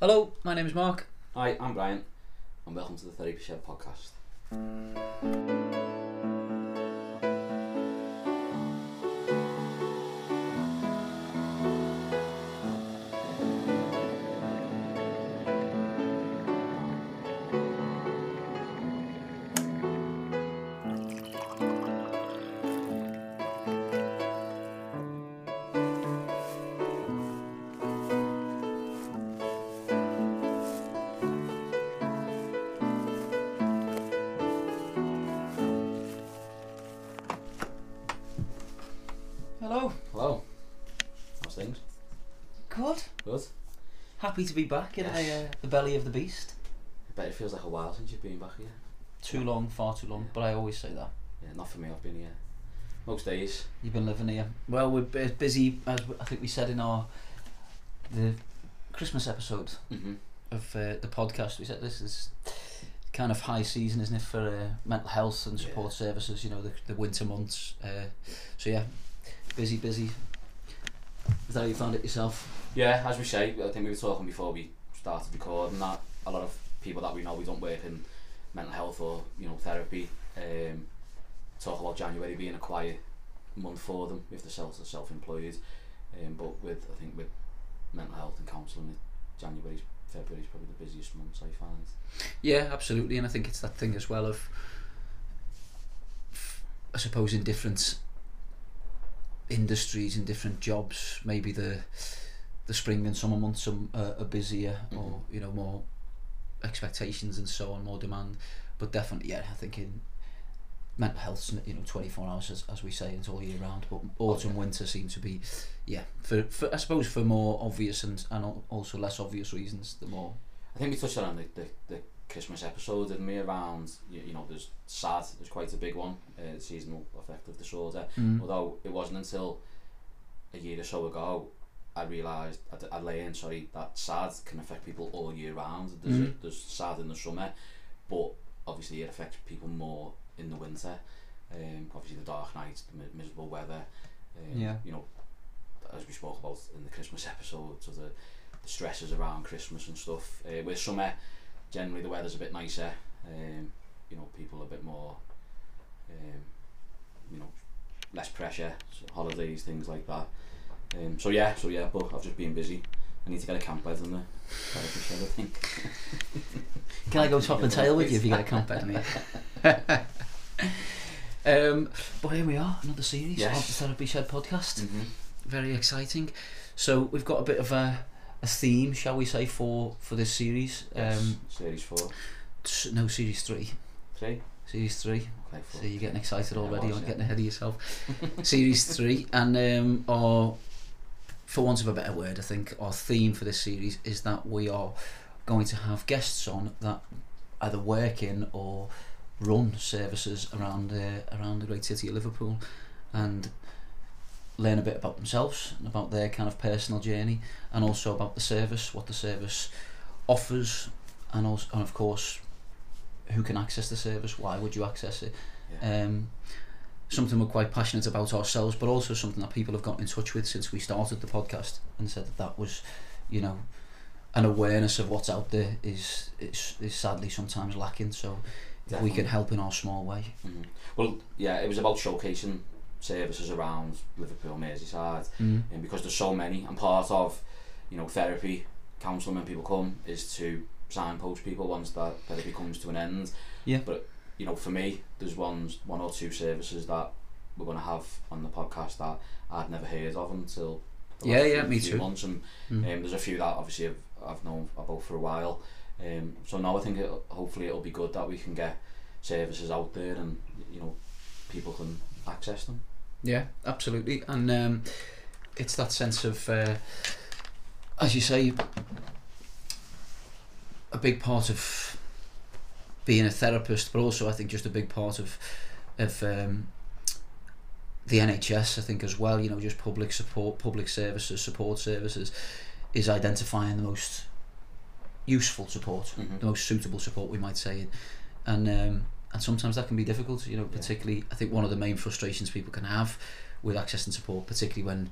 Hello, my name is Mark. Hi, I'm Brian, and welcome to the Therapy Shed podcast. Hello. Hello. How's things? Good. Good. Happy to be back in Yes. the, uh, the belly of the beast. I bet it feels like a while since you've been back here. Too long, far too long, but I always say that. Yeah, not for me. I've been here most days. You've been living here. Well, we're bu- busy, as I think we said in our the Christmas episode Mm-hmm. of uh, the podcast. We said this is kind of high season, isn't it, for uh, mental health and support services? You know, the, the winter months. Uh, so yeah, busy, busy. Is that how you found it yourself? Yeah, as we say, I think we were talking before we started recording that a lot of people that we know we don't work in mental health or you know therapy um, talk about January being a quiet month for them if they're self self employed, um, but with I think with mental health and counselling, it- January's February's probably the busiest months I find. Yeah, absolutely, and I think it's that thing as well of, I suppose, in different industries, in different jobs, maybe the the spring and summer months are, are busier, or you know more expectations and so on, more demand. But definitely, yeah, I think in mental health, you know, twenty four hours as, as we say, it's all year round. But autumn, winter seem to be, yeah, for, for I suppose for more obvious and and al- also less obvious reasons, the more I think we touched on it, the, the, the Christmas episode, didn't we? Around, you, you know, there's SAD, there's quite a big one, uh, seasonal affective disorder. Mm. Although it wasn't until a year or so ago I realised, I, d- I learned, sorry, that SAD can affect people all year round. There's, a, Mhm. there's SAD in the summer, but obviously it affects people more in the winter. Um, obviously the dark nights, the mi- miserable weather. Um, Yeah. You know, as we spoke about in the Christmas episode, so the, the stresses around Christmas and stuff. Uh, with summer, generally the weather's a bit nicer. Um, you know, people are a bit more, um, you know, less pressure, so holidays, things like that. Um, so yeah, so yeah, but I've just been busy. I need to get a camp bed in there. Therapy shed, I think. Can I go top and tail with you if you get a comp out of me? um, but here we are, another series Yes. of the Therapy Shed podcast. Very exciting. So we've got a bit of a, a theme, shall we say, for for this series. Yes, Um, series four, s- no, series three. three. Series three. Okay, four. So you're getting excited Yeah, I already, was, aren't yeah. getting ahead of yourself. series three, and um, our, for want of a better word, I think our theme for this series is that we are going to have guests on that either work in or run services around uh, around the great city of Liverpool, and learn a bit about themselves and about their kind of personal journey, and also about the service, what the service offers, and also and of course. Who can access the service? Why would you access it? Yeah. um, something we're quite passionate about ourselves, but also something that people have gotten in touch with since we started the podcast and said that that was, you know, an awareness of what's out there is is, is sadly sometimes lacking. So if we Definitely. can help in our small way. Mhm. Well, yeah, it was about showcasing services around Liverpool, Merseyside, Mm. and because there's so many, and part of, you know, therapy, counselling when people come is to signpost people once that therapy comes to an end. Yeah. But you know, for me, there's ones one or two services that we're gonna have on the podcast that I'd never heard of until. The Yeah, last yeah, few- me few too. Months and Mm. um, there's a few that obviously I've, I've known about for a while. Um, so now I think it, hopefully it'll be good that we can get services out there and you know people can access them. Yeah, absolutely, and um, it's that sense of, uh, as you say, a big part of being a therapist, but also I think just a big part of of um, the NHS. I think as well, you know, just public support, public services, support services, is identifying the most useful support, Mhm. the most suitable support, we might say, and um, and sometimes that can be difficult. You know, Yeah. particularly I think one of the main frustrations people can have with accessing support, particularly when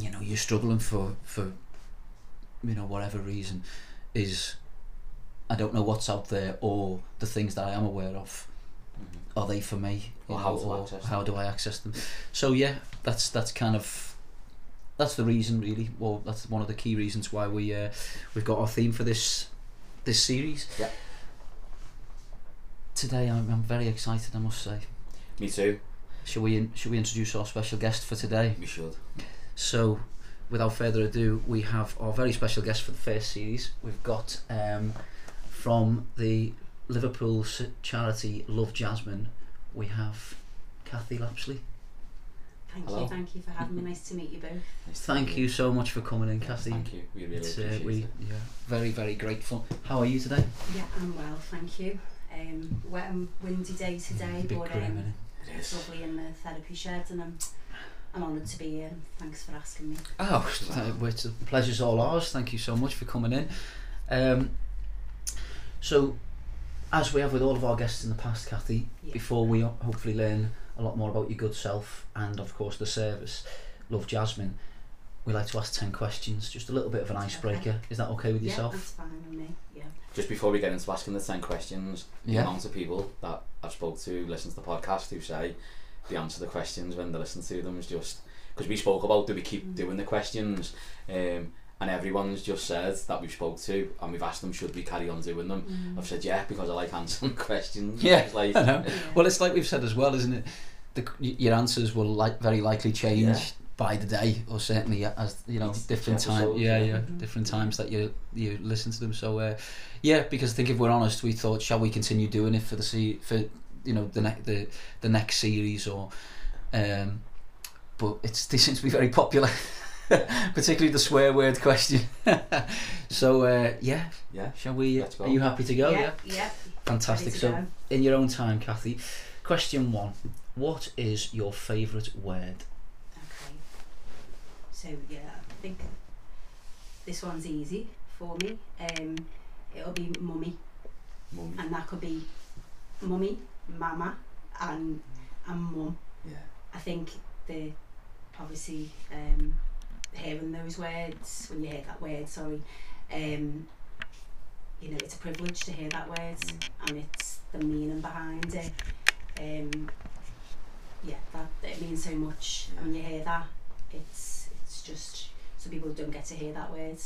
you know you're struggling for for you know whatever reason is I don't know what's out there or the things that I am aware of Mhm. are they for me you Or know, how to access them. how do I access them so yeah that's that's kind of that's the reason really well that's one of the key reasons why we uh, we've got our theme for this this series Yeah. today I'm, I'm very excited I must say Me too. should we in, should we introduce our special guest for today We should. so, without further ado, we have our very special guest for the first series. We've got um, from the Liverpool s- charity Love Jasmine, we have Kathy Lapsley. Thank Hello. you, thank you for having me. Nice to meet you both. Nice to Thank meet you so much for coming in, Yeah, Kathy. Thank you. We really It's, uh, appreciate we, it. yeah, very, very grateful. How are you today? Yeah, I'm well, thank you. Um, wet and windy day Mm, today, Big but grim, um, innit? It it's is. lovely in the therapy shed, and I'm I'm honoured to be here. Thanks for asking me. Oh, th- well, it's the pleasure's all ours. Thank you so much for coming in. Um, so, as we have with all of our guests in the past, Kathy, Yeah. before we ho- hopefully learn a lot more about your good self and, of course, the service, Love Jasmine, we like to ask 10 questions, just a little bit of an icebreaker. Is that okay with yeah, yourself? that's fine with me. Yeah. Just before we get into asking the 10 questions, the Yeah. amount of people that I've spoke to, listens to the podcast, who say the answer to the questions when they listen to them is just... Because we spoke about do we keep Mm. doing the questions um, and everyone's just said that we've spoke to and we've asked them should we carry on doing them. Mm. I've said yeah because I like answering questions. Yeah, It's like, I know. Yeah. Well, it's like we've said as well, isn't it? The, c- y- your answers will like very likely change Yeah. by the day, or certainly as you know, Each different times. episode, Yeah, yeah. yeah, Mhm. different times that you you listen to them. So, uh, yeah, because I think if we're honest, we thought, shall we continue doing it for the se- for you know the next the the next series or, um, but it's they seem to be very popular. Particularly the swear word question. so uh, yeah, yeah. shall we? Let's go. Are you happy to go? yeah, yeah. Fantastic. ready to So go. in your own time, Kathy. Question one: What is your favourite word? Okay. So yeah, I think this one's easy for me. Um, it'll be mummy, Mum. and that could be mummy, mama, and and mum. Yeah. I think the obviously um, hearing those words when you hear that word, sorry, um, you know it's a privilege to hear that word Mm. and it's the meaning behind it. Um, yeah, that it means so much Yeah. when you hear that. It's it's just some people don't get to hear that word,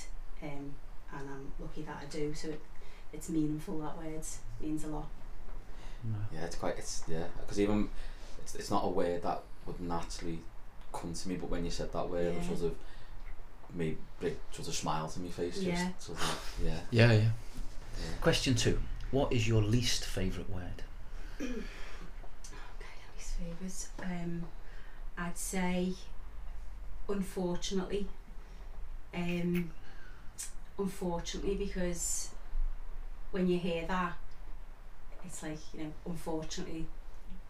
um, and I'm lucky that I do. So it, it's meaningful. That word means a lot. Yeah, it's quite. It's yeah, because even it's, it's not a word that would naturally come to me, but when you said that word, it Yeah. sort of made big sort of smile to my face. Yeah. Just sort of, yeah. Yeah, yeah. yeah. Question two: What is your least favourite word? Okay, least favourites. Um, I'd say, unfortunately, um, unfortunately, because when you hear that, it's like you know, unfortunately,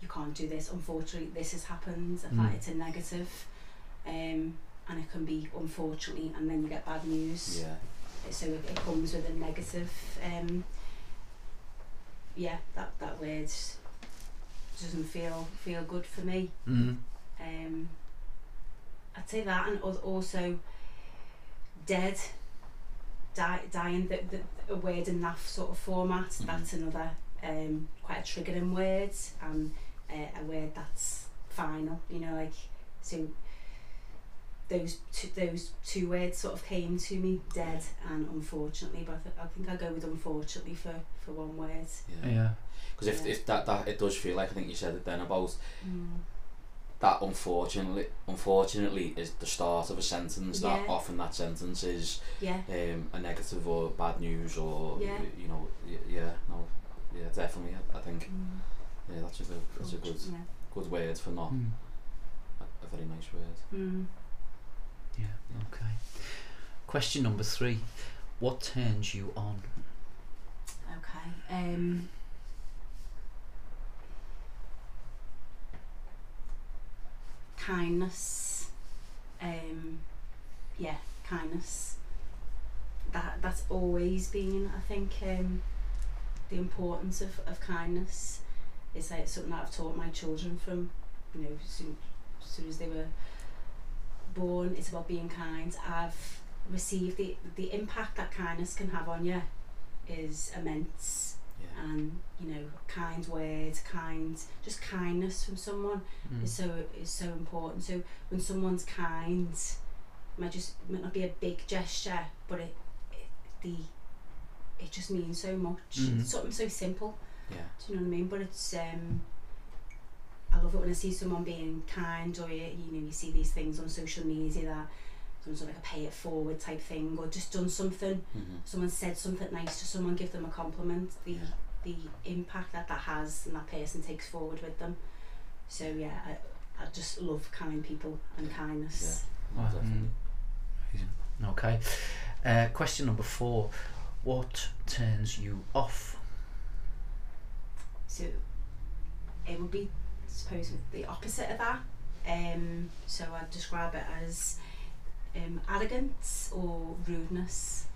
you can't do this. Unfortunately, this has happened. I Mm. thought it's a negative, um, and it can be unfortunately, and then you get bad news Yeah. so it, it comes with a negative um yeah that that word doesn't feel feel good for me Mm. um I'd say that and al- also dead die, dying the, the, a word in that sort of format Mhm. that's another um quite a triggering word and uh, a word that's final you know like so those two, those two words sort of came to me dead and unfortunately but I, th- I think I go with unfortunately for for one word Yeah. Yeah. Because if, Yeah. if that, that it does feel like I think you said it then about mm. that unfortunately unfortunately is the start of a sentence that Yeah. often that sentence is yeah um, a negative or bad news or Yeah. you know y- yeah no yeah definitely I, I think mm. yeah that's a good that's a good unfortunately. good word for not Mm. a, a very nice word. mm. Yeah. Okay. Question number three: What turns you on? Okay. Um, kindness. Um, yeah, kindness. That that's always been, I think, um, the importance of, of kindness. It's like something that I've taught my children from, you know, soon, soon as they were born. It's about being kind. I've receive the the impact that kindness can have on you is immense Yeah. and you know kind words kind just kindness from someone Hmm. is so is so important so when someone's kind it might just it might not be a big gesture but it, it the it just means so much Mhm. it's something so simple Yeah. do you know what I mean? But it's um, I love it when I see someone being kind, or you, you know, you see these things on social media that some sort of like a pay it forward type thing, or just done something. Mm-hmm. Someone said something nice to someone, give them a compliment. The Yeah. the impact that that has and that person takes forward with them. So yeah, I, I just love kind people and kindness. No, Wow. definitely. Mm. Okay. Uh, question number four. What turns you off? So it would be, I suppose, the opposite of that. Um, so I'd describe it as um, arrogance or rudeness.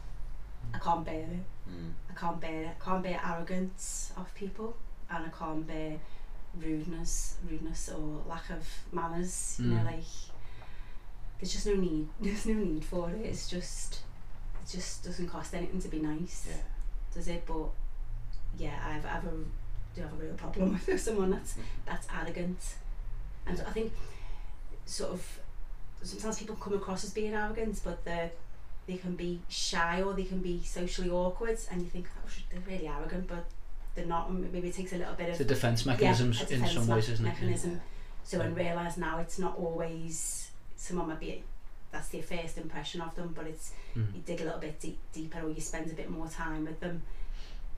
I can't bear it. Mm. I can't bear it. I can't bear arrogance of people, and I can't bear rudeness, rudeness or lack of manners. You know, Mm. like there's just no need. There's no need for it. It's just, it just doesn't cost anything to be nice Yeah. does it but yeah I've, I've a, do have a real problem with someone that's that's arrogant and I think sort of sometimes people come across as being arrogant but they they can be shy or they can be socially awkward and you think oh, shit, they're really arrogant but they're not and maybe it takes a little bit It's of a defence mechanism a in defence some me- ways, isn't it? Yeah. mechanism. So and realise now it's not always someone might be that's their first impression of them, but it's Mm. you dig a little bit deep, deeper or you spend a bit more time with them,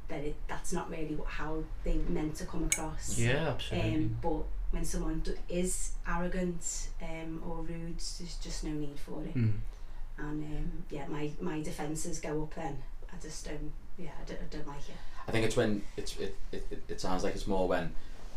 then it, that's not really what, how they meant to come across. Yeah, absolutely. Um, but when someone d- is arrogant um, or rude, there's just no need for Hmm. it. Mm. And um, yeah, my, my defences go up then. I just don't, yeah, I don't, I don't like it. I think it's when it's it, it, it, it sounds like it's more when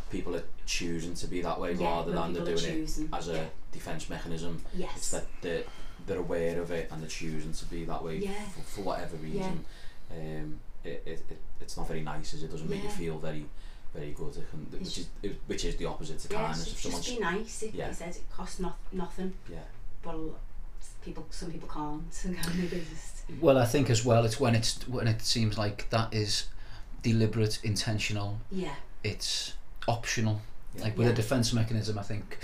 people are choosing to be that way yeah, rather when than they're people are doing it choosing. as a yeah. defense mechanism. yes. It's that they're, they're aware of it and they're choosing to be that way Yeah. for, for whatever Yeah. reason. Um, it, it, it, it's not very nice, is it? Doesn't make you Yeah. feel very very good. It can, It's which is it- which is the opposite to yeah, kindness. so if someone's just be nice. It, Yeah. It says it costs no, nothing, yeah but a lot- people, some people can't. Some people just, Well, I think as well, it's when it's when it seems like that is deliberate, intentional. yeah, It's optional. Yeah. Like with a Yeah. defense mechanism, I think,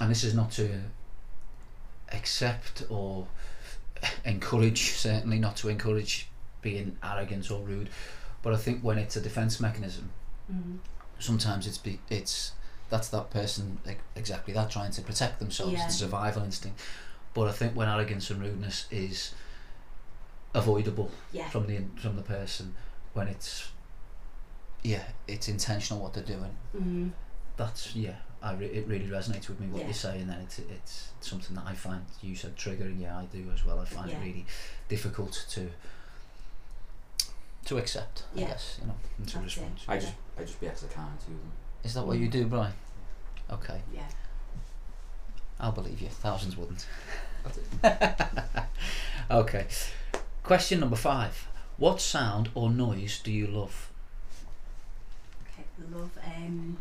and this is not to accept or encourage. Certainly not to encourage being arrogant or rude. But I think when it's a defense mechanism, mm-hmm. sometimes it's be, it's that's that person like, exactly that trying to protect themselves Yeah. the survival instinct but I think when arrogance and rudeness is avoidable yeah, from the from the person when it's yeah it's intentional what they're doing mm-hmm. that's yeah I re- it really resonates with me what Yeah. you're saying and it's it's something that I find you said triggering yeah I do as well I find Yeah. it really difficult to to accept I Yeah. guess you know and to That's it. respond to. I just I just be extra kind to them. Is that what you do, Brian? Okay, yeah. I'll believe you. Thousands wouldn't. okay. Question number five. What sound or noise do you love? Okay, love um,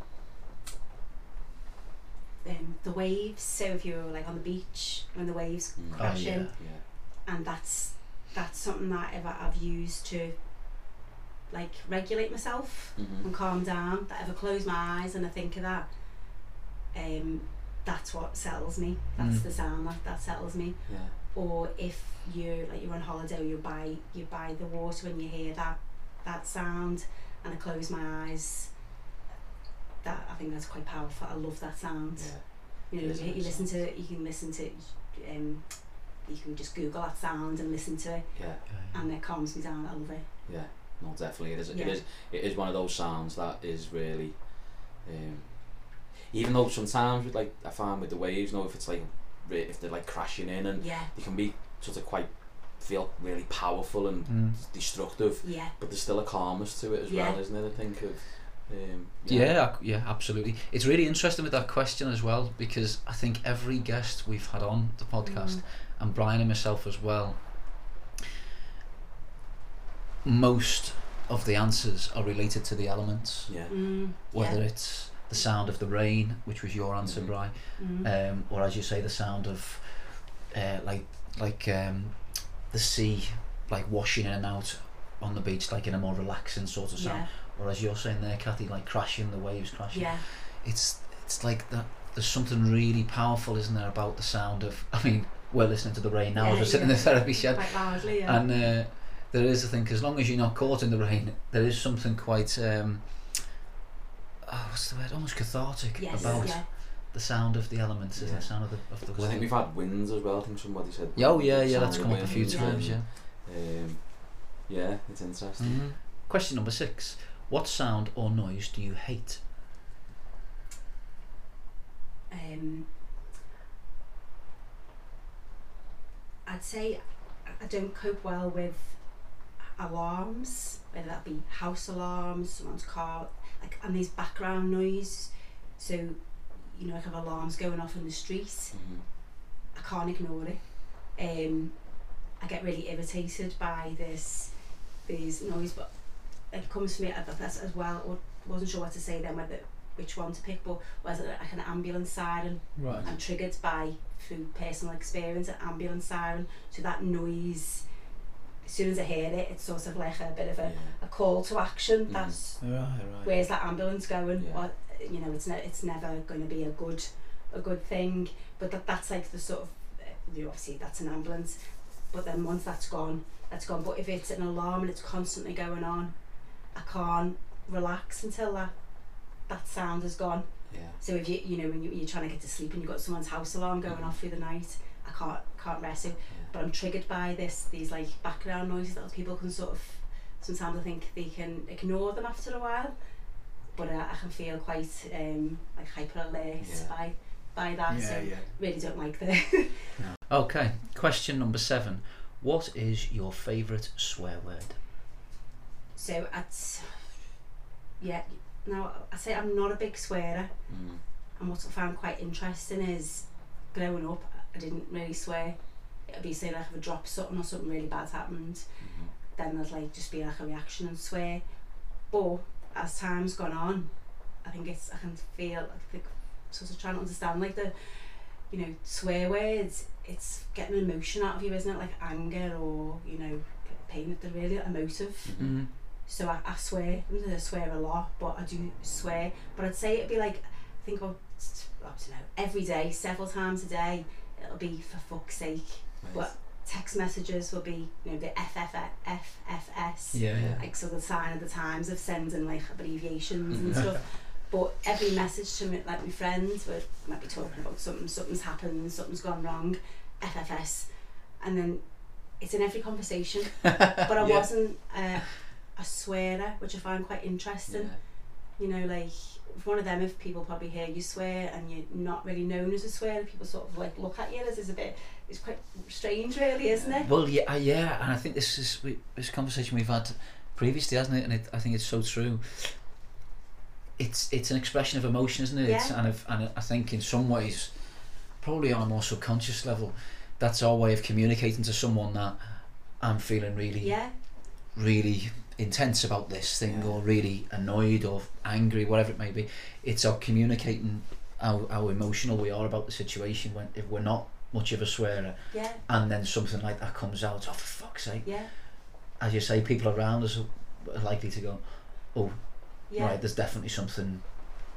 um, the waves. So if you're like on the beach when the waves Mm. Oh, crash in, yeah. Yeah. and that's that's something that I've, I've used to like regulate myself Mm-hmm. and calm down. That if I close my eyes and I think of that, um, that's what settles me. That's Mm. the sound that, that settles me. Yeah. Or if you like you're on holiday, or you're by you're by the water and you hear that that sound, and I close my eyes. That I think that's quite powerful. I love that sound. Yeah. You know, Yes, you, you yes. listen to you can listen to um, you can just Google that sound and listen to it, Yeah. and it calms me down. I love it. Yeah, no, definitely it is. It Yeah. is. It is one of those sounds that is really, um, even though sometimes with like I find with the waves, you know, if it's like re- if they're like crashing in and Yeah, they can be sort of quite feel really powerful and Mm. destructive, yeah, but there's still a calmness to it as Yeah. well, isn't there? I think of. Um, Yeah, ac- yeah, absolutely. It's really interesting with that question as well because I think every guest we've had on the podcast, Mm. and Brian and myself as well, most of the answers are related to the elements. Yeah. mm, Whether it's the sound of the rain, which was your answer, Mhm. Brian, yeah, mm, um, or as you say, the sound of uh, like like um, the sea like washing in and out on the beach like in a more relaxing sort of sound yeah, or as you're saying there Kathy like crashing the waves crashing yeah, it's it's like that there's something really powerful isn't there about the sound of I mean we're listening to the rain now Yeah, as we're sitting in yeah. the therapy shed quite loudly. Yeah. and uh, there is I think as long as you're not caught in the rain there is something quite um, oh, what's the word almost cathartic yes, about yeah, the sound of the elements isn't Yeah. the sound of the, of the Because I think weather we've had winds as well. I think somebody said. Yeah, oh yeah yeah that's Sound come up a of few winds, yeah. times yeah Um, yeah, it's interesting. Mm-hmm. hmm Question number six. What sound or noise do you hate? Um, I'd say I- I don't cope well with alarms, whether that be house alarms, someone's car, like and these background noise. So, you know, like I have alarms going off in the street. Mhm. I can't ignore it. Um, I get really irritated by this these noise, but it comes to me at that as well. I wasn't sure what to say then, whether which one to pick, but was it like an ambulance siren? Right. I'm triggered by through personal experience an ambulance siren, so that noise. As soon as I hear it, it's sort of like a bit of a, Yeah. a call to action. Mhm. That's Right, right. where's that ambulance going Yeah. what you know it's ne- it's never going to be a good a good thing but that that's like the sort of uh, you know, obviously that's an ambulance but then once that's gone that's gone but if it's an alarm and it's constantly going on I can't relax until that that sound is gone Yeah. so if you you know when you, you're trying to get to sleep and you've got someone's house alarm going off through the night I can't can't rest so Yeah. but I'm triggered by this these like background noises that people can sort of sometimes I think they can ignore them after a while but I, I can feel quite um like hyper alert Yeah. by by that so Yeah, yeah. really don't like the Okay. Question number seven. What is your favourite swear word? so at yeah now I say I'm not a big swearer Mm. and what I found quite interesting is growing up I didn't really swear it'd be say like if I dropped something or something really bad happened Mhm. then there'd like just be like a reaction and swear. But as time's gone on, I think it's I can feel I think sort of trying to understand like the you know swear words. It's getting an emotion out of you, isn't it? Like anger or you know pain. They're really emotive. Mhm. So I, I swear. I don't swear a lot, but I do swear. But I'd say it'd be like I think I'll, I don't know every day, several times a day. It'll be for fuck's sake. Nice. But text messages will be you know the FFF, FFS Yeah, yeah. like sort of sign of the times of sending like abbreviations and Mhm. stuff. But every message to me, like my friends, we might be talking about something, something's happened, something's gone wrong, FFS, and then it's in every conversation. but I Yeah. wasn't uh, a swearer, which I find quite interesting. Yeah. You know, like if one of them, if people probably hear you swear and you're not really known as a swearer, people sort of like look at you as is a bit. It's quite strange, really, isn't it? Well, yeah, uh, yeah, and I think this is we, this conversation we've had previously, hasn't it? And it, I think it's so true. It's it's an expression of emotion, isn't it? It's, Yeah. and, if, and I think in some ways, probably on a more subconscious level, that's our way of communicating to someone that I'm feeling really Yeah, really intense about this thing Yeah. or really annoyed or angry whatever it may be it's our communicating how, how emotional we are about the situation when if we're not much of a swearer yeah, and then something like that comes out oh for fuck's sake yeah, as you say people around us are likely to go yeah. right there's definitely something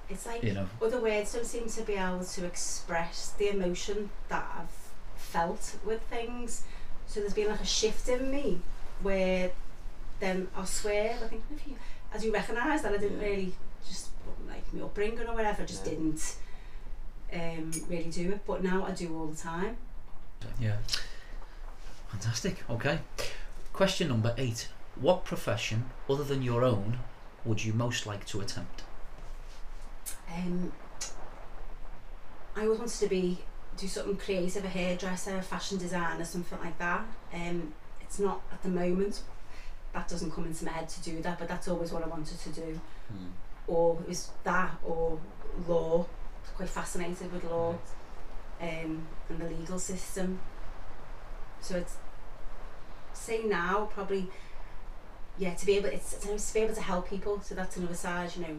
It's like you know other words don't seem to be able to express the emotion that I've felt with things. So there's been like a shift in me where then I'll swear, I think if you, as you recognise that I didn't Yeah. really just like my upbringing or whatever, I just Yeah. didn't um, really do it. But now I do all the time. yeah fantastic okay question number eight what profession other than your own would you most like to attempt Um, I always wanted to be do something creative, a hairdresser, a fashion designer, something like that. Um, it's not at the moment. That doesn't come into my head to do that, but that's always what I wanted to do. Mm. Or it was that, or law. I was quite fascinated with law um, and the legal system. So it's say now probably yeah to be able it's to be able to help people. So that's another side, you know,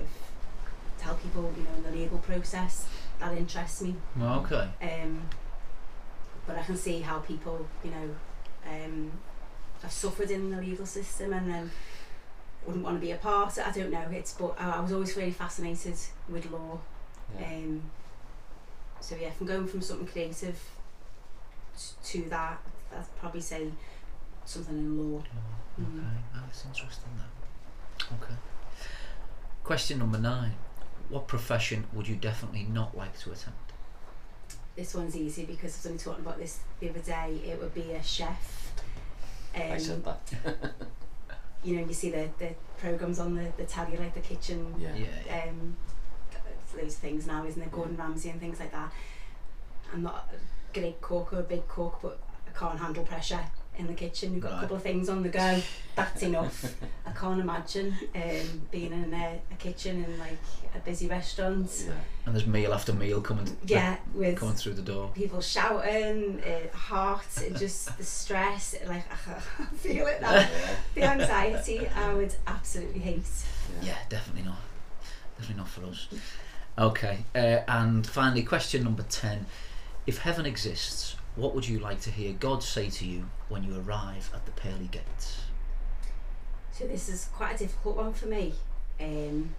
of, to help people, you know, in the legal process that interests me. okay Um, but I can see how people, you know, um, I've suffered in the legal system and then wouldn't want to be a part. I don't know. It's but I I was always really fascinated with law. Yeah. Um, so yeah, from going from something creative t- to that, I'd probably say something in law. Oh, Mm. okay, oh, that's interesting. That okay. Question number nine: What profession would you definitely not like to attempt? This one's easy because I was only talking about this the other day. It would be a chef. I said Um, that. you know, you see the, the programs on the, the telly, like the kitchen Yeah. Yeah, yeah. um, those things now, isn't it? Gordon Ramsay and things like that. I'm not a great cook or a big cook, but I can't handle pressure in the kitchen. You've got Right. a couple of things on the go. That's enough. I can't imagine um, being in a, a kitchen in like a busy restaurant. Yeah. And there's meal after meal coming Yeah, with coming through the door. people shouting, uh, heart, it just the stress. Like I feel it now. Yeah. The anxiety, I would absolutely hate. Yeah, definitely not. Definitely not for us. Okay, uh, and finally, question number ten: If heaven exists, what would you like to hear God say to you when you arrive at the pearly gates? So this is quite a difficult one for me. Um,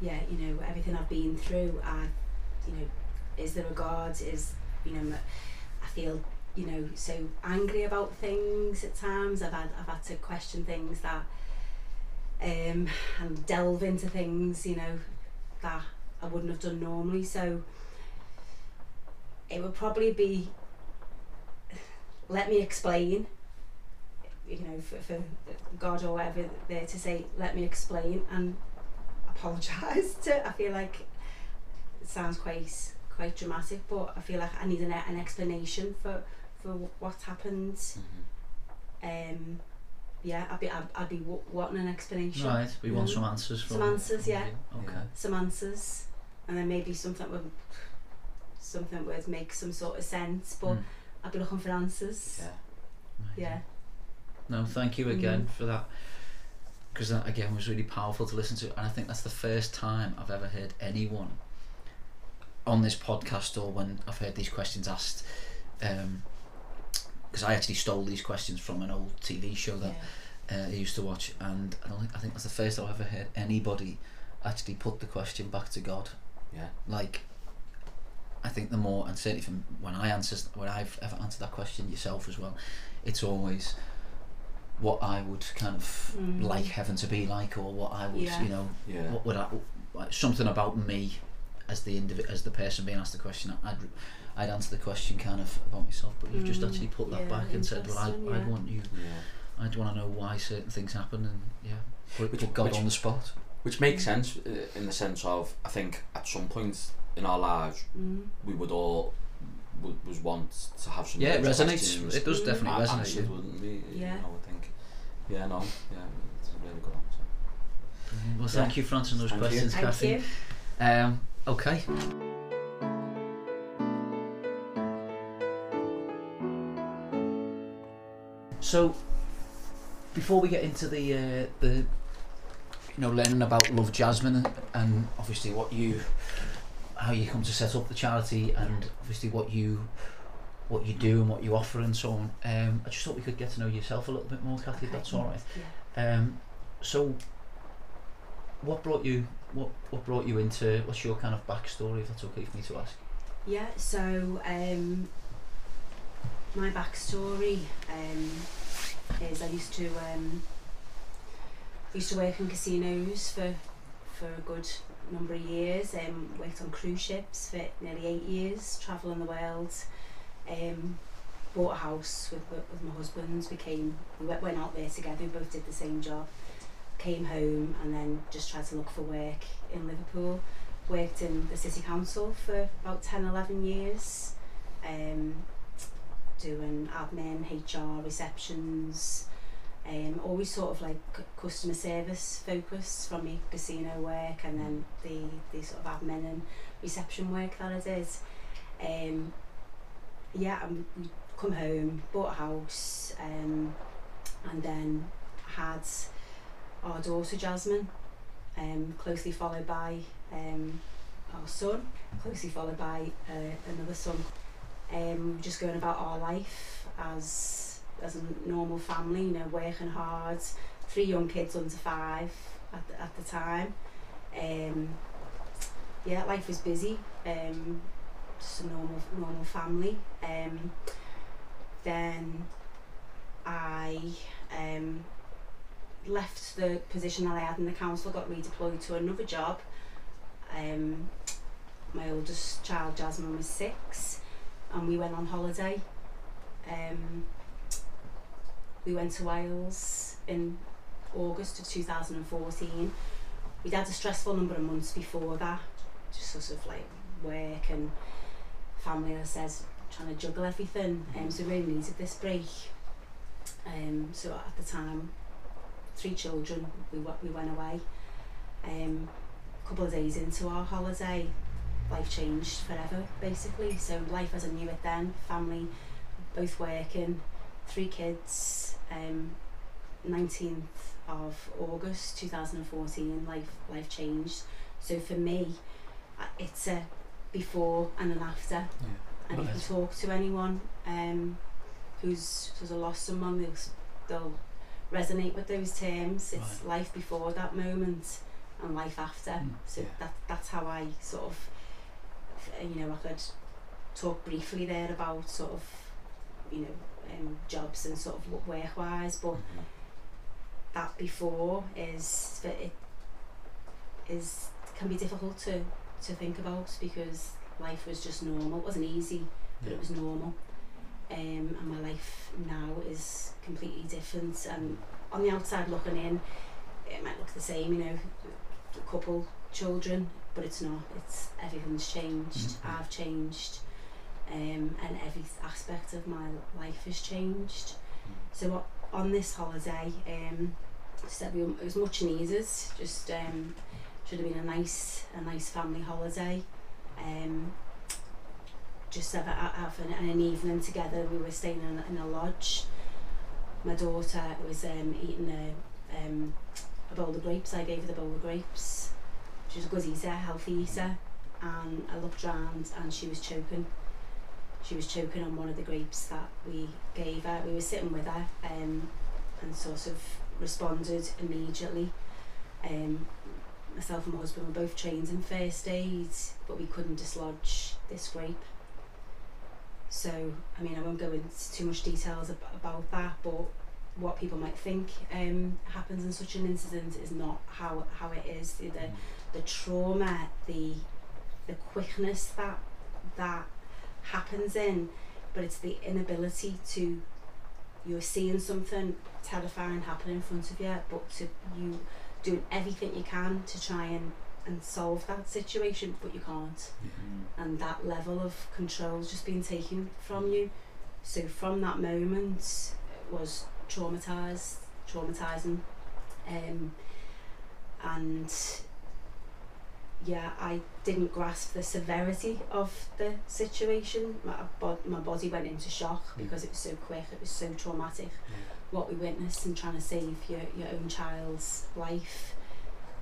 yeah, you know everything I've been through. I, you know, is there a God? Is you know, I feel you know so angry about things at times. I've had I've had to question things that, um, and delve into things you know that I wouldn't have done normally. So it would probably be let me explain you know, for, for God or whatever there to say, let me explain and apologise to. I feel like it sounds quite quite dramatic, but I feel like I need an, an explanation for for what happened. Mhm. Um, yeah, I'd be I'd, I'd be w- wanting an explanation, Right, we want Mm. some answers from. some answers, yeah, Okay. Yeah. some answers, and then maybe something would something would make some sort of sense. But Mm. I'd be looking for answers. Yeah. Amazing. Yeah, No, thank you again for that. Because that again was really powerful to listen to, and I think that's the first time I've ever heard anyone on this podcast or when I've heard these questions asked. Because I actually stole these questions from an old TV show that yeah. uh, I used to watch, and I don't think I think that's the first time I've ever heard anybody actually put the question back to God Yeah. like I think the more and certainly from when I answers when I've ever answered that question yourself as well, it's always what I would kind of Mm. like heaven to be like or what I would Yeah. you know Yeah. what would I like, something about me as the indiv- as the person being asked the question I'd I'd answer the question kind of about myself but you've just Mm, actually put that yeah, back and said well I interesting, I yeah. want you Yeah. I'd want to know why certain things happen and yeah put, Which- put God which- on the spot Which makes sense uh, in the sense of I think at some point in our lives Mm. we would all would, was want to have some. of yeah it those resonates questions it does Mm. definitely a- resonate answered, yeah. wouldn't we? Yeah. You know, I think. Yeah. No. Yeah. It's a really good answer. Mm-hmm. well Yeah. thank you for answering those Thank you. questions Thank Kathy you. Um, okay. So, before we get into the uh, the you know learning about Love Jasmine and obviously what you how you come to set up the charity and obviously what you what you do and what you offer and so on. Um, I just thought we could get to know yourself a little bit more, Kathy. If Okay. that's all right. Yeah. Um, so, what brought you? What what brought you into? What's your kind of backstory? If that's okay for me to ask. Yeah, so um, my backstory um, is I used to um, used to work in casinos for for a good number of years. Um, worked on cruise ships for nearly eight years, travelling the world. Um, bought a house with with with my husband. Became we went went out there together. We both did the same job. Came home and then just tried to look for work in Liverpool worked in the city council for about 10 11 years um doing admin HR receptions um always sort of like c- customer service focus from my casino work and then the the sort of admin and reception work that I did um yeah and we come home bought a house um and then had our daughter Jasmine um, closely followed by um, our son, closely followed by uh, another son. um, just going about our life as as a normal family, you know, working hard, three young kids under five at the, at the time. Um, yeah, life was busy. Um, just a normal normal family. Um, then I um, left the position that I had in the council, got redeployed to another job. Um, my oldest child, Jasmine, was six, and we went on holiday. Um, we went to Wales in August of 2014. We'd had a stressful number of months before that, just sort of like work and family, as I says, trying to juggle everything. Um, so we really needed this break. Um, so at the time, three children, we, wa- we went away. Um, a couple of days into our holiday, life changed forever, basically. So life as I knew it then, family, both working, three kids, um, 19th of August 2014, life, life changed. So for me, uh, it's a before and an after. and if you Nice. talk to anyone um, who's sort of lost someone, they'll, s- they'll resonate with those terms. It's life before that moment and life after. Mm, so yeah. that that's how I sort of, f- you know, I could talk briefly there about sort of, you know, um, jobs and sort of work wise, but that before is that it is can be difficult to to think about because life was just normal. It wasn't easy, but Yeah. it was normal. Um, and my life now is completely different. And on the outside looking in, it might look the same, you know, a couple, children, but it's not. It's everything's changed. Mhm. I've changed, um, and every aspect of my life has changed. So o- on this holiday, um, said we, it was much needed. Just um, should have been a nice, a nice family holiday. Um, just have, a, have an, an evening together. We were staying in, a- in a lodge. My daughter was um, eating a, um, a bowl of grapes. I gave her the bowl of grapes. She was a good eater, healthy eater, and I looked round and she was choking. she was choking on one of the grapes that we gave her. We were sitting with her um, and sort of responded immediately. Um, myself and my husband were both trained in first aid, but we couldn't dislodge this grape. So, I mean, I won't go into too much details ab- about that, but what people might think um, happens in such an incident is not how, how it is. The, the trauma, the the quickness that that happens in, but it's the inability to you're seeing something terrifying happen in front of you, but to you doing everything you can to try and, and solve that situation, but you can't. And that level of control's just been taken from you. So from that moment it was traumatized, traumatizing. Um, and yeah, I didn't grasp the severity of the situation. My, bo- my body went into shock because it was so quick, it was so traumatic. What we witnessed and trying to save your, your own child's life.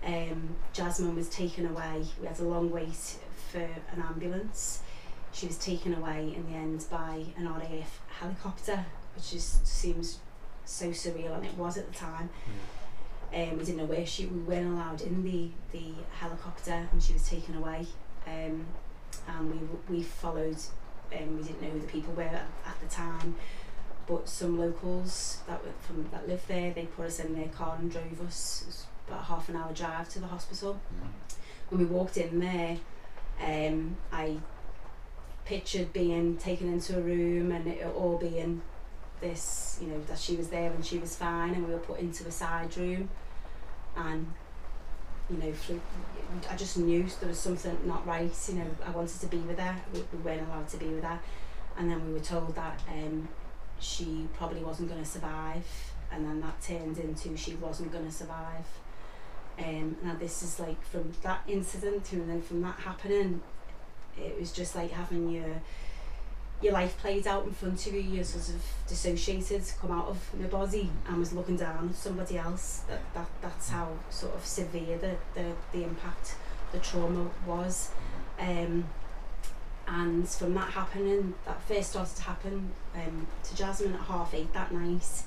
Um, Jasmine was taken away. We had a long wait for an ambulance. She was taken away in the end by an RAF helicopter, which is, seems so surreal, and it was at the time. Mm-hmm. Um, we didn't know where she. We weren't allowed in the the helicopter, and she was taken away. Um, and we w- we followed. Um, we didn't know who the people were at, at the time, but some locals that were from that lived there, they put us in their car and drove us. It was about a half an hour drive to the hospital. When we walked in there, um, I pictured being taken into a room and it all being this, you know, that she was there and she was fine, and we were put into a side room, and you know, flew, I just knew there was something not right. You know, I wanted to be with her. We, we weren't allowed to be with her, and then we were told that um, she probably wasn't going to survive, and then that turned into she wasn't going to survive. Um, now this is like from that incident, and then from that happening, it was just like having your your life played out in front of you, you're sort of dissociated, come out of my body and was looking down at somebody else. That, that that's how sort of Mm-hmm. severe the, the, the impact, the trauma was. Um, And from that happening, that first started to happen um, to Jasmine at half eight that night.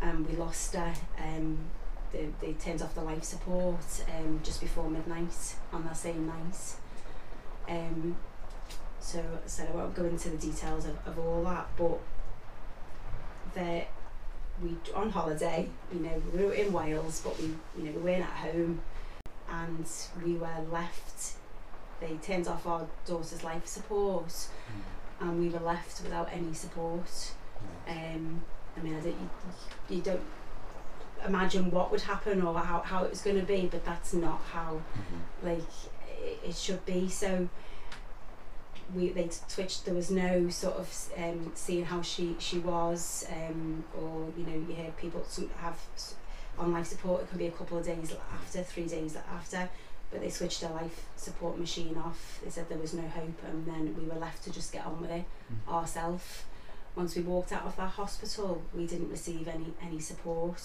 Um, we lost her. Um, they, they turned off the life support um, just before midnight on that same night. Um, so, so I won't go into the details of, of all that, but that we on holiday, you know, we were in Wales, but we, you know, we weren't at home, and we were left. They turned off our daughter's life support, and we were left without any support. Mm-hmm. Um, I mean, I don't, you, you don't imagine what would happen or how, how it was going to be, but that's not how Mm-hmm. like it, it should be. So we they twitched. There was no sort of um, seeing how she she was, um, or you know, you hear people some have s- on life support. It can be a couple of days after, three days after. But they switched their life support machine off. They said there was no hope, and then we were left to just get on with it Mhm. ourselves. Once we walked out of that hospital, we didn't receive any any support.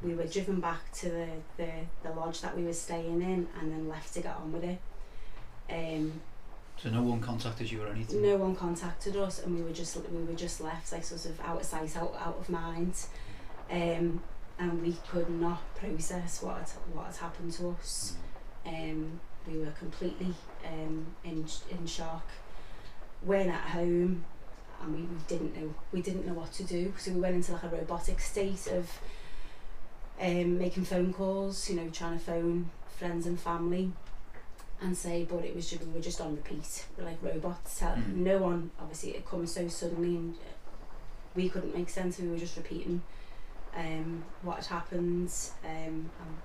We were driven back to the, the, the lodge that we were staying in, and then left to get on with it. Um, So no one contacted you or anything? no one contacted us and we were just we were just left like sort of out of sight out, out of mind um and we could not process what had, what had happened to us um we were completely um in in shock weren't at home and we, we didn't know we didn't know what to do so we went into like a robotic state of um making phone calls you know trying to phone friends and family and say, but it was just, we were just on repeat. We're like robots. Tell, Mhm. No one, obviously, it comes so suddenly and uh, we couldn't make sense. We were just repeating um, what had happened. Um, and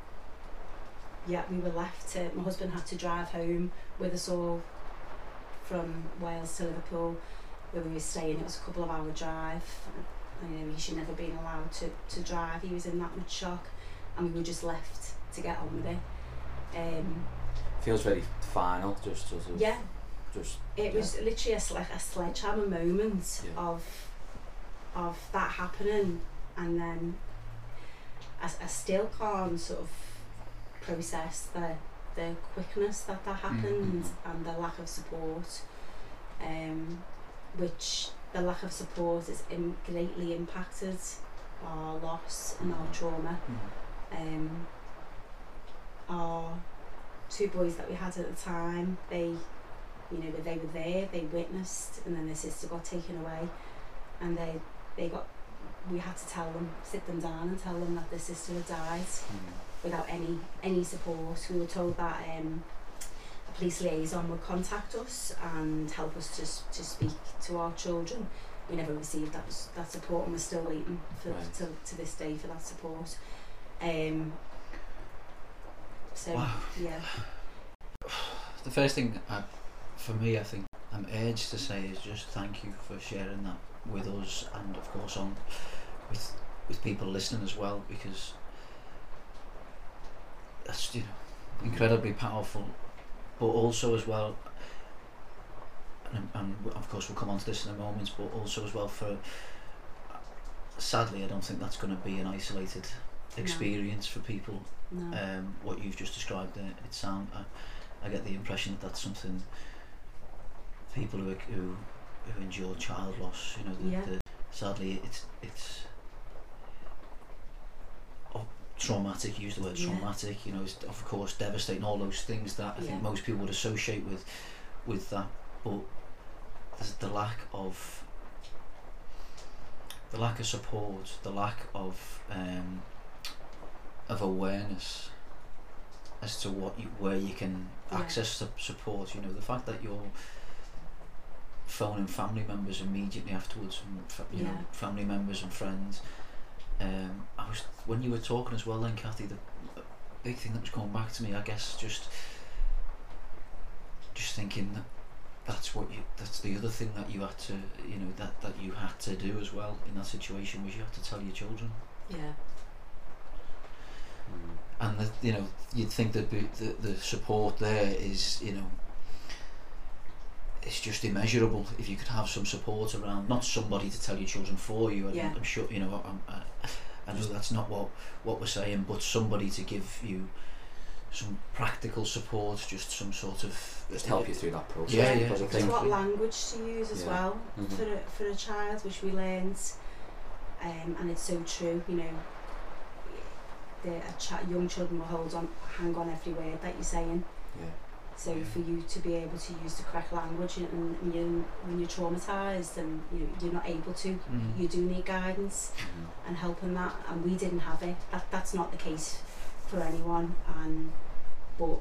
yeah, we were left to, my husband had to drive home with us all from Wales to Liverpool where we were staying. It was a couple of hour drive. And, you know, he should never been allowed to, to drive. He was in that much shock and we were just left to get on with it. Um, Feels very final, just sort of. yeah, Just it Yeah. was literally a, sle- a sledgehammer moment Yeah. of of that happening and then I, s- I still can't sort of process the the quickness that that happened and the lack of support um which the lack of support has im- greatly impacted our loss and our trauma Hmm. um, our two boys that we had at the time, they, you know, they were there, they witnessed, and then their sister got taken away, and they, they got, we had to tell them, sit them down and tell them that their sister had died mm-hmm. without any any support. We were told that um, a police liaison would contact us and help us to s- to speak to our children. We never received that s- that support, and we're still waiting for Right. to, to this day for that support. Um, so Wow. yeah, The first thing I, for me, I think I'm urged to say is just thank you for sharing that with us, and of course on with with people listening as well, because that's you know incredibly powerful, but also as well, and, um, and of course we'll come on to this in a moment, but also as well for sadly I don't think that's going to be an isolated No. experience for people no, um, what you've just described there, it sound I, I get the impression that that's something people who who, who endure child loss, you know, the, Yeah. the, sadly it's it's oh, traumatic. Use the word Yeah. traumatic. You know, it's of course devastating. All those things that I Yeah. think most people would associate with with that, but there's the lack of the lack of support, the lack of um, of awareness as to what you, where you can Yeah. access the support. You know, the fact that you're phoning family members immediately afterwards, and fa- you know, Yeah. family members and friends. Um, I was when you were talking as well, then Kathy. The big thing that was coming back to me, I guess, just just thinking that that's what you that's the other thing that you had to you know that that you had to do as well in that situation was you had to tell your children yeah, mm, and that you know you'd think that the, the the support there is you know it's just immeasurable if you could have some support around not somebody to tell your children for you and Yeah. I'm sure you know I'm, I, I know that's not what what we're saying but somebody to give you some practical support, just some sort of Just help you through that process. Yeah, yeah. because I It's think what language to use as Yeah. well Mhm. for a, for a child, which we learned, um, and it's so true. You know, the a ch- young children will hold on, hang on every word that you're saying. yeah. So Yeah. for you to be able to use the correct language, and, and you, when you're traumatized and you, you're not able to, Mm. you do need guidance. Mhm. and helping that and we didn't have it that that's not the case for anyone and but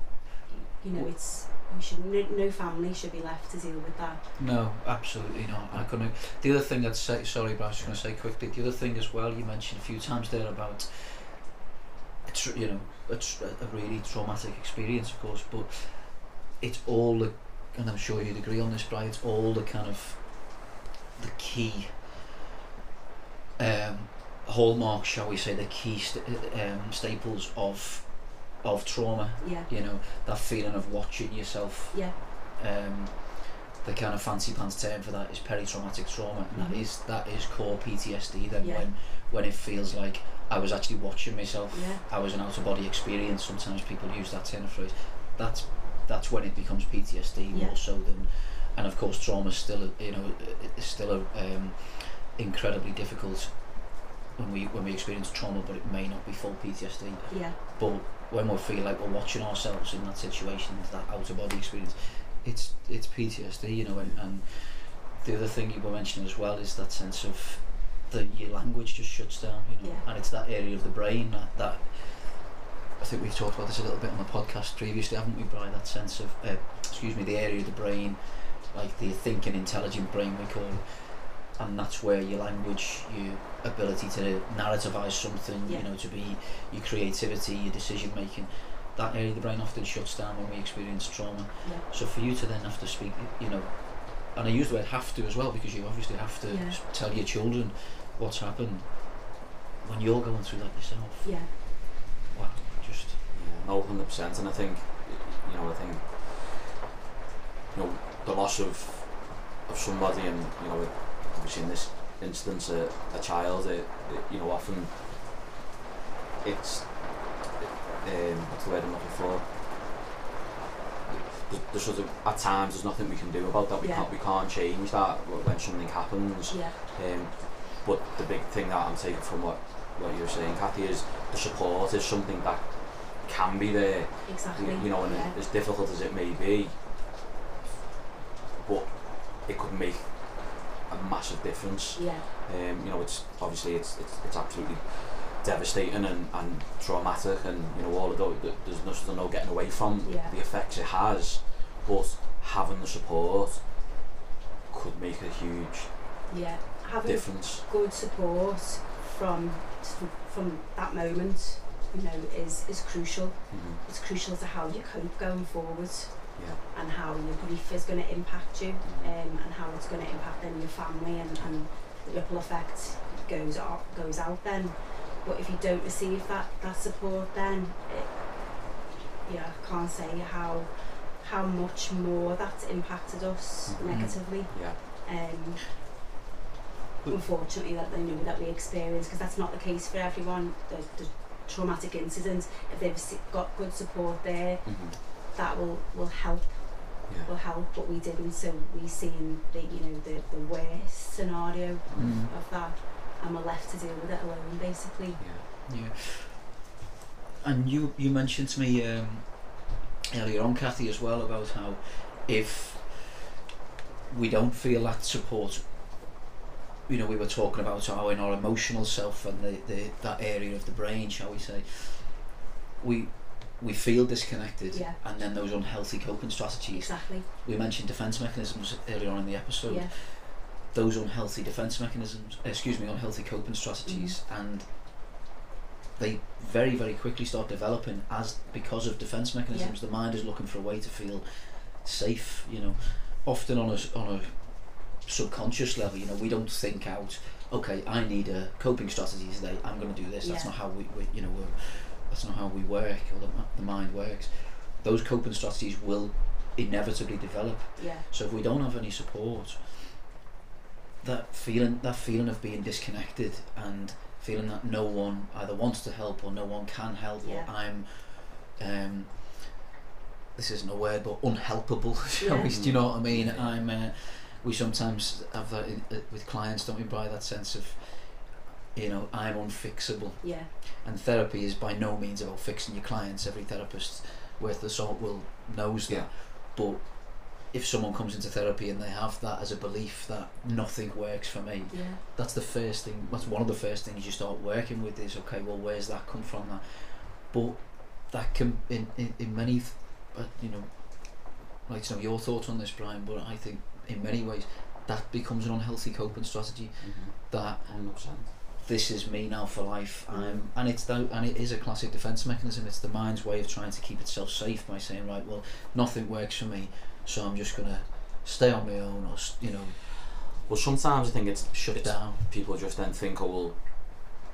you know it's we should no, no family should be left to deal with that No, absolutely not. I couldn't. The other thing I'd say, sorry, but I was just going to say quickly. The other thing as well, you mentioned a few times there about, a tr- you know, a, tr- a really traumatic experience, of course, but it's all the, and I'm sure you'd agree on this, Brian. It's all the kind of, the key. Um, hallmarks, shall we say, the key st- um, staples of, of trauma. yeah you know that feeling of watching yourself Yeah. um the kind of fancy pants term for that is peritraumatic trauma and that Mhm. is that is core PTSD then Mm-hmm. Yeah. when when it feels like I was actually watching myself yeah I was an out of body experience sometimes people use that term phrase that's that's when it becomes PTSD Yeah. more so than and of course trauma is still a- you know is still a, um, incredibly difficult when we when we experience trauma but it may not be full PTSD yeah but when we feel like we're watching ourselves in that situation, that out of body experience, it's it's PTSD, you know. And, and the other thing you were mentioning as well is that sense of that your language just shuts down, you know. Yeah. And it's that area of the brain that, that I think we've talked about this a little bit on the podcast previously, haven't we, Brian? That sense of uh, excuse me, the area of the brain, like the thinking, intelligent brain, we call it. And that's where your language, your ability to narrativize something, Yeah. you know, to be your creativity, your decision making, that area of the brain often shuts down when we experience trauma. Yeah. So for you to then have to speak, you know, and I use the word have to as well because you obviously have to Yeah. s- tell your children what's happened when you're going through that yourself. yeah Wow, just Yeah, no, hundred percent. And I think, you know, I think, you know, the loss of of somebody, and you know, obviously in this instance, a, a child. It, it, you know, often it's um, what's the word I'm looking for. There's, there's sort of at times there's nothing we can do about that. We Yeah. can't we can't change that wh- when something happens. yeah Um, but the big thing that I'm taking from what, what you're saying, Kathy, is the support is something that can be there, exactly you, you know, and yeah. as difficult as it may be, but it could make a massive difference. yeah Um, you know, it's obviously it's it's, it's absolutely devastating and, and traumatic, and you know all of those. th- There's no, there's no getting away from Yeah. the effects it has, but having the support could make a huge yeah having difference. good support from from that moment you know is is crucial Mhm. it's crucial to how you cope going forward Yeah. and how your grief is going to impact you um, and how it's going to impact then your family and, and the ripple effect goes out, goes out then. But if you don't receive that, that support then, it, yeah, I can't say how how much more that's impacted us Mhm. negatively. Yeah. Um, unfortunately, that you know that we experience because that's not the case for everyone. The, the traumatic incident, if they've se- got good support there, Mhm. that will will help Yeah. will help, but we didn't. So we seen the you know the, the worst scenario mm. of that, and we're left to deal with it alone basically. Yeah. yeah. And you you mentioned to me um, earlier on, Kathy, as well about how if we don't feel that support, you know, we were talking about how in our emotional self and the, the that area of the brain, shall we say, we we feel disconnected, Yeah. and then those unhealthy coping strategies. Exactly. We mentioned defense mechanisms earlier on in the episode Yeah. those unhealthy defense mechanisms, excuse me, unhealthy coping strategies, and they very, very quickly start developing as because of defense mechanisms. The mind is looking for a way to feel safe, you know, often on a s- on a subconscious level. You know, we don't think out. Okay, I need a coping strategy today. I'm going to do this. That's Yeah. not how we, we you know, we're, that's not how we work or the, m- the mind works. Those coping strategies will inevitably develop. Yeah. So if we don't have any support, that feeling that feeling of being disconnected and feeling that no one either wants to help or no one can help Yeah. or I'm um, this isn't a word, but unhelpable. shall we- Do you know what I mean? I'm. Uh, we sometimes have that in, uh, with clients, don't we? By that sense of, you know, I'm unfixable, yeah, and therapy is by no means about fixing your clients. Every therapist worth their salt will knows that. Yeah. But if someone comes into therapy and they have that as a belief that nothing works for me, yeah, that's the first thing that's one of the first things you start working with is okay well where's that come from that but that can in, in, in many th- but you know I'd like to know your thoughts on this Brian but I think in many ways that becomes an unhealthy coping strategy Mm-hmm. that 100%. this is me now for life I'm and it's the, and it is a classic defense mechanism it's the mind's way of trying to keep itself safe by saying right well nothing works for me so I'm just gonna stay on my own or s- you know Well, sometimes I think it's shut It's- down people just then think, oh well,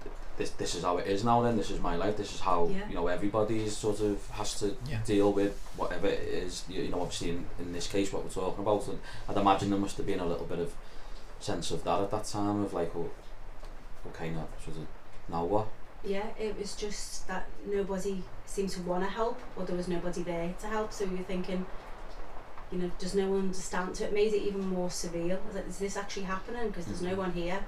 th- this this is how it is now. Then this is my life. This is how Yeah. you know everybody is sort of has to Yeah. deal with whatever it is. You, you know, obviously in, in this case, what we're talking about, and I'd imagine there must have been a little bit of sense of that at that time of like, oh, okay, now sort of now what? yeah. It was just that nobody seemed to want to help, or there was nobody there to help. So you're thinking, you know, does no one understand? So it made it even more surreal. I was like, is this actually happening? Because there's no Mhm. one here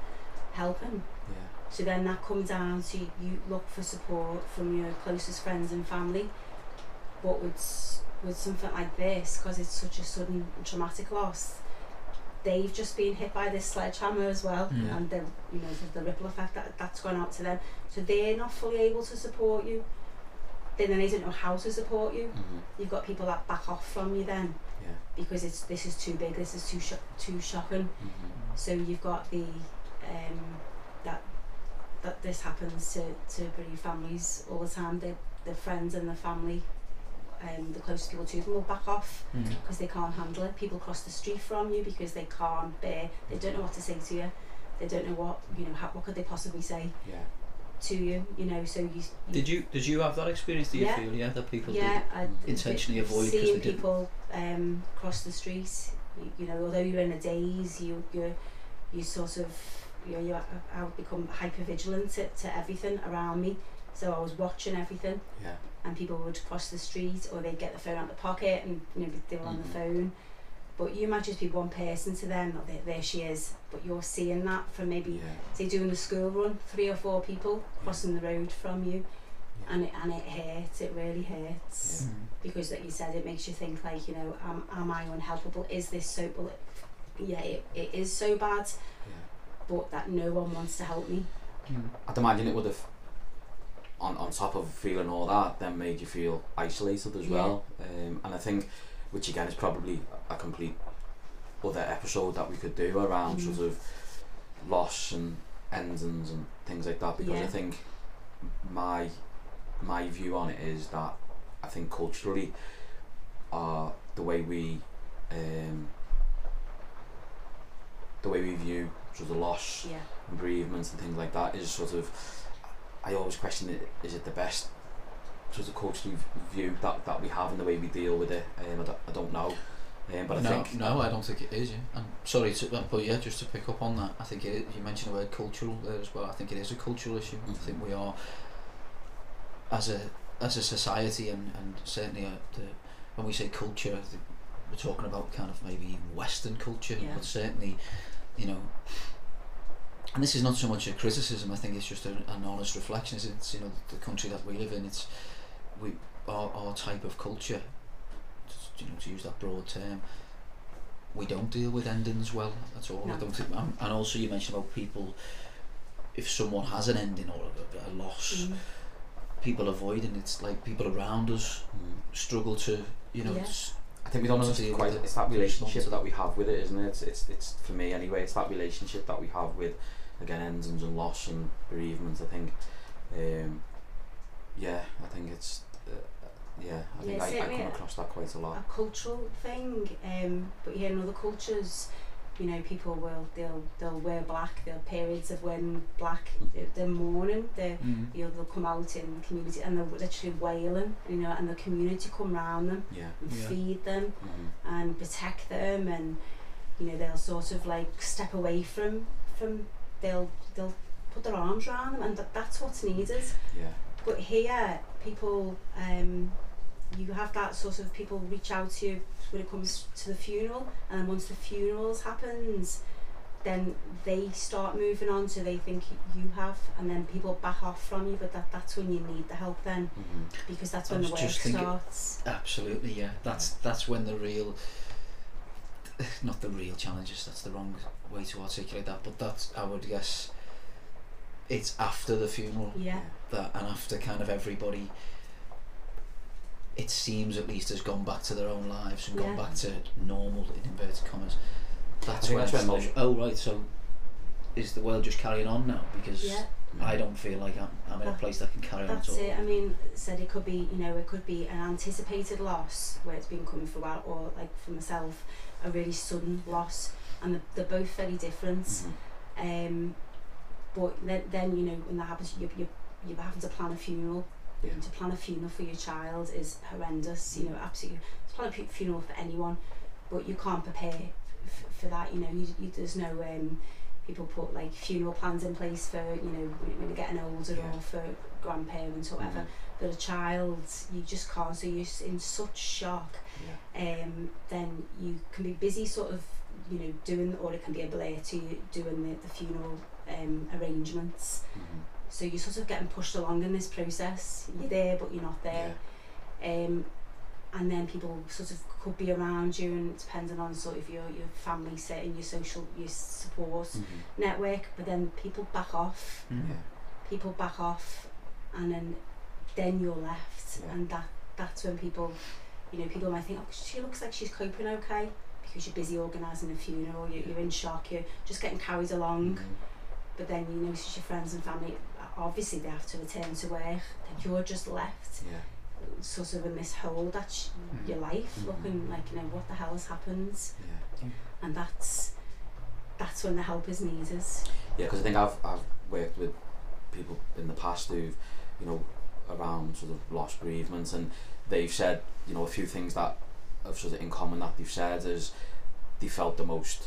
helping. Yeah, So then that comes down to you look for support from your closest friends and family. But with, s- with something like this, because it's such a sudden and traumatic loss, they've just been hit by this sledgehammer as well, Yeah. and the you know the, the ripple effect that that's gone out to them. So they're not fully able to support you. Then they don't know how to support you. mm-hmm. You've got people that back off from you then yeah, because it's this is too big, this is too sho- too shocking. mm-hmm. So you've got the um, that that this happens to to bereaved families all the time. The the friends and the family, um, the closest people to them will back off Hmm. because they can't handle it. People cross the street from you because they can't bear. They don't know what to say to you. They don't know what you know. How, what could they possibly say yeah. to you? You know. So you. you Did you did you have that experience? Do you Yeah. feel yeah that people did yeah, I, intentionally avoid because they seeing didn't? people um, cross the street. You, you know, although you're in a daze, you you you sort of you know, you I would become hyper vigilant to, to everything around me. So I was watching everything, Yeah, and people would cross the street, or they'd get the phone out the pocket, and you know they were on the Mm-hmm. Mhm. phone. But you might just be one person to them, or there, there she is. But you're seeing that from maybe yeah, say doing the school run, three or four people crossing the road from you, Yeah. and it and it hurts. It really hurts Mm. because like you said it makes you think like you know am, am I unhelpable is this so well, yeah it, it is so bad yeah. but that no one wants to help me Hmm. I'd imagine it would have, on, on top of feeling all that, then made you feel isolated as Yeah. well. Um, and I think, which again is probably a complete other episode that we could do around Mm. sort of loss and endings and things like that. Because I Yeah. think my my view on it is that I think culturally, uh, the way we um, the way we view sort of loss yeah and bereavements and things like that is sort of I always question it is it the best sort of cultural view that, that we have and the way we deal with it um, I, don't, I don't know um, but I no, think no, I don't think it is. Yeah, I'm sorry, to, uh, but yeah, just to pick up on that, I think it, you mentioned the word cultural there as well. I think it is a cultural issue. I Mhm. think we are as a as a society, and and certainly uh, the, when we say culture, I think we're talking about kind of maybe even Western culture, Yeah. but certainly, you know. And this is not so much a criticism. I think it's just a, an honest reflection. Is it's you know the country that we live in. It's we our our type of culture. just, You know, to use that broad term, we don't deal with endings well at all. I No. don't think, and and also you mentioned about people. If someone has an ending or a, a loss, mm. people avoid it. It's like people around us mm, struggle to, you know, Yeah. s- I think we don't To understand deal quite with it. it's that To respond relationship to that we have with it isn't it it's, it's, it's for me anyway it's that relationship that we have with again endings and loss and bereavement I think um, yeah I think it's uh, yeah I think Yeah, I, I certainly, come uh, across that quite a a lot cultural thing um, but yeah in other cultures you know people will they'll they'll wear black their periods of wearing black they're, they're mourning they're you know, they'll come out in the community and they're literally wailing you know and the community come round them yeah and Yeah. feed them mm-hmm. and protect them and you know they'll sort of like step away from from they'll they'll put their arms around them and that, that's what's needed yeah but here people um you have that sort of people reach out to you when it comes to the funeral, and then once the funerals happens, then they start moving on, so they think you have, and then people back off from you. But that, that's when you need the help then, Mm-hmm. because that's I when the was work just thinking- starts. Absolutely, yeah. That's that's when the real, not the real challenges. That's the wrong way to articulate that. But that's I would guess. It's after the funeral Yeah, that, and after kind of everybody. It seems at least has gone back to their own lives and gone Yeah. back to normal in inverted commas. I That's think when that's it's when like, oh right, so is the world just carrying on now? Because yeah. I don't feel like I'm, I'm in a That- place that can carry on at That's all. it. I mean, said it could be, you know, it could be an anticipated loss where it's been coming for a while, or like for myself, a really sudden loss, and they're, they're both very different. Mhm. Um, but then, then you know, when that happens, you you you're having to plan a funeral. Yeah. To plan a funeral for your child is horrendous. You know, absolutely. To plan a pu- funeral for anyone, but you can't prepare f- for that. You know, you, you, there's no um, people put like funeral plans in place for you know when when you're getting older Yeah. Mm-hmm. or for grandparents or whatever. But a child, you just can't. So you're s- in such shock Yeah. um, then you can be busy sort of you know doing or it can be a blur to you doing the, the funeral um, arrangements Mhm. so you're sort of getting pushed along in this process you're there but you're not there um, and then people sort of could be around you and depending on sort of your, your family setting your social your support Mhm. network but then people back off Mm. Yeah. people back off and then then you're left Yeah. and that that's when people you know people might think oh she looks like she's coping okay because you're busy organising a funeral you're, you're in shock you're just getting carried along Mhm. but then you know it's your friends and family obviously they have to return to work then you're just left Yeah. sort of in this hole that's Mm. your life Mhm. looking like you know what the hell's happened Yeah. and that's that's when the help is needed Yeah, because I think I've, I've worked with people in the past who've, you know, around sort of lost bereavement, and they've said, you know, a few things that have sort of in common that they've said is they felt the most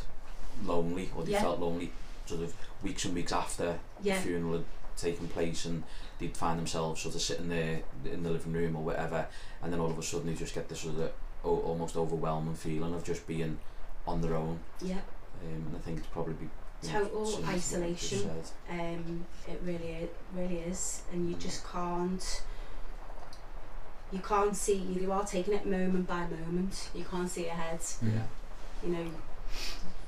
lonely, or they Yeah. felt lonely sort of weeks and weeks after yeah the funeral had taken place, and they'd find themselves sort of sitting there in the living room or whatever, and then all of a sudden they just get this sort of o- almost overwhelming feeling of just being on their own, yeah um, and I think it's probably be you know, Total similar to what you just isolation. said. um, it really it really is and you just can't you can't see you are taking it moment by moment you can't see ahead Yeah. you know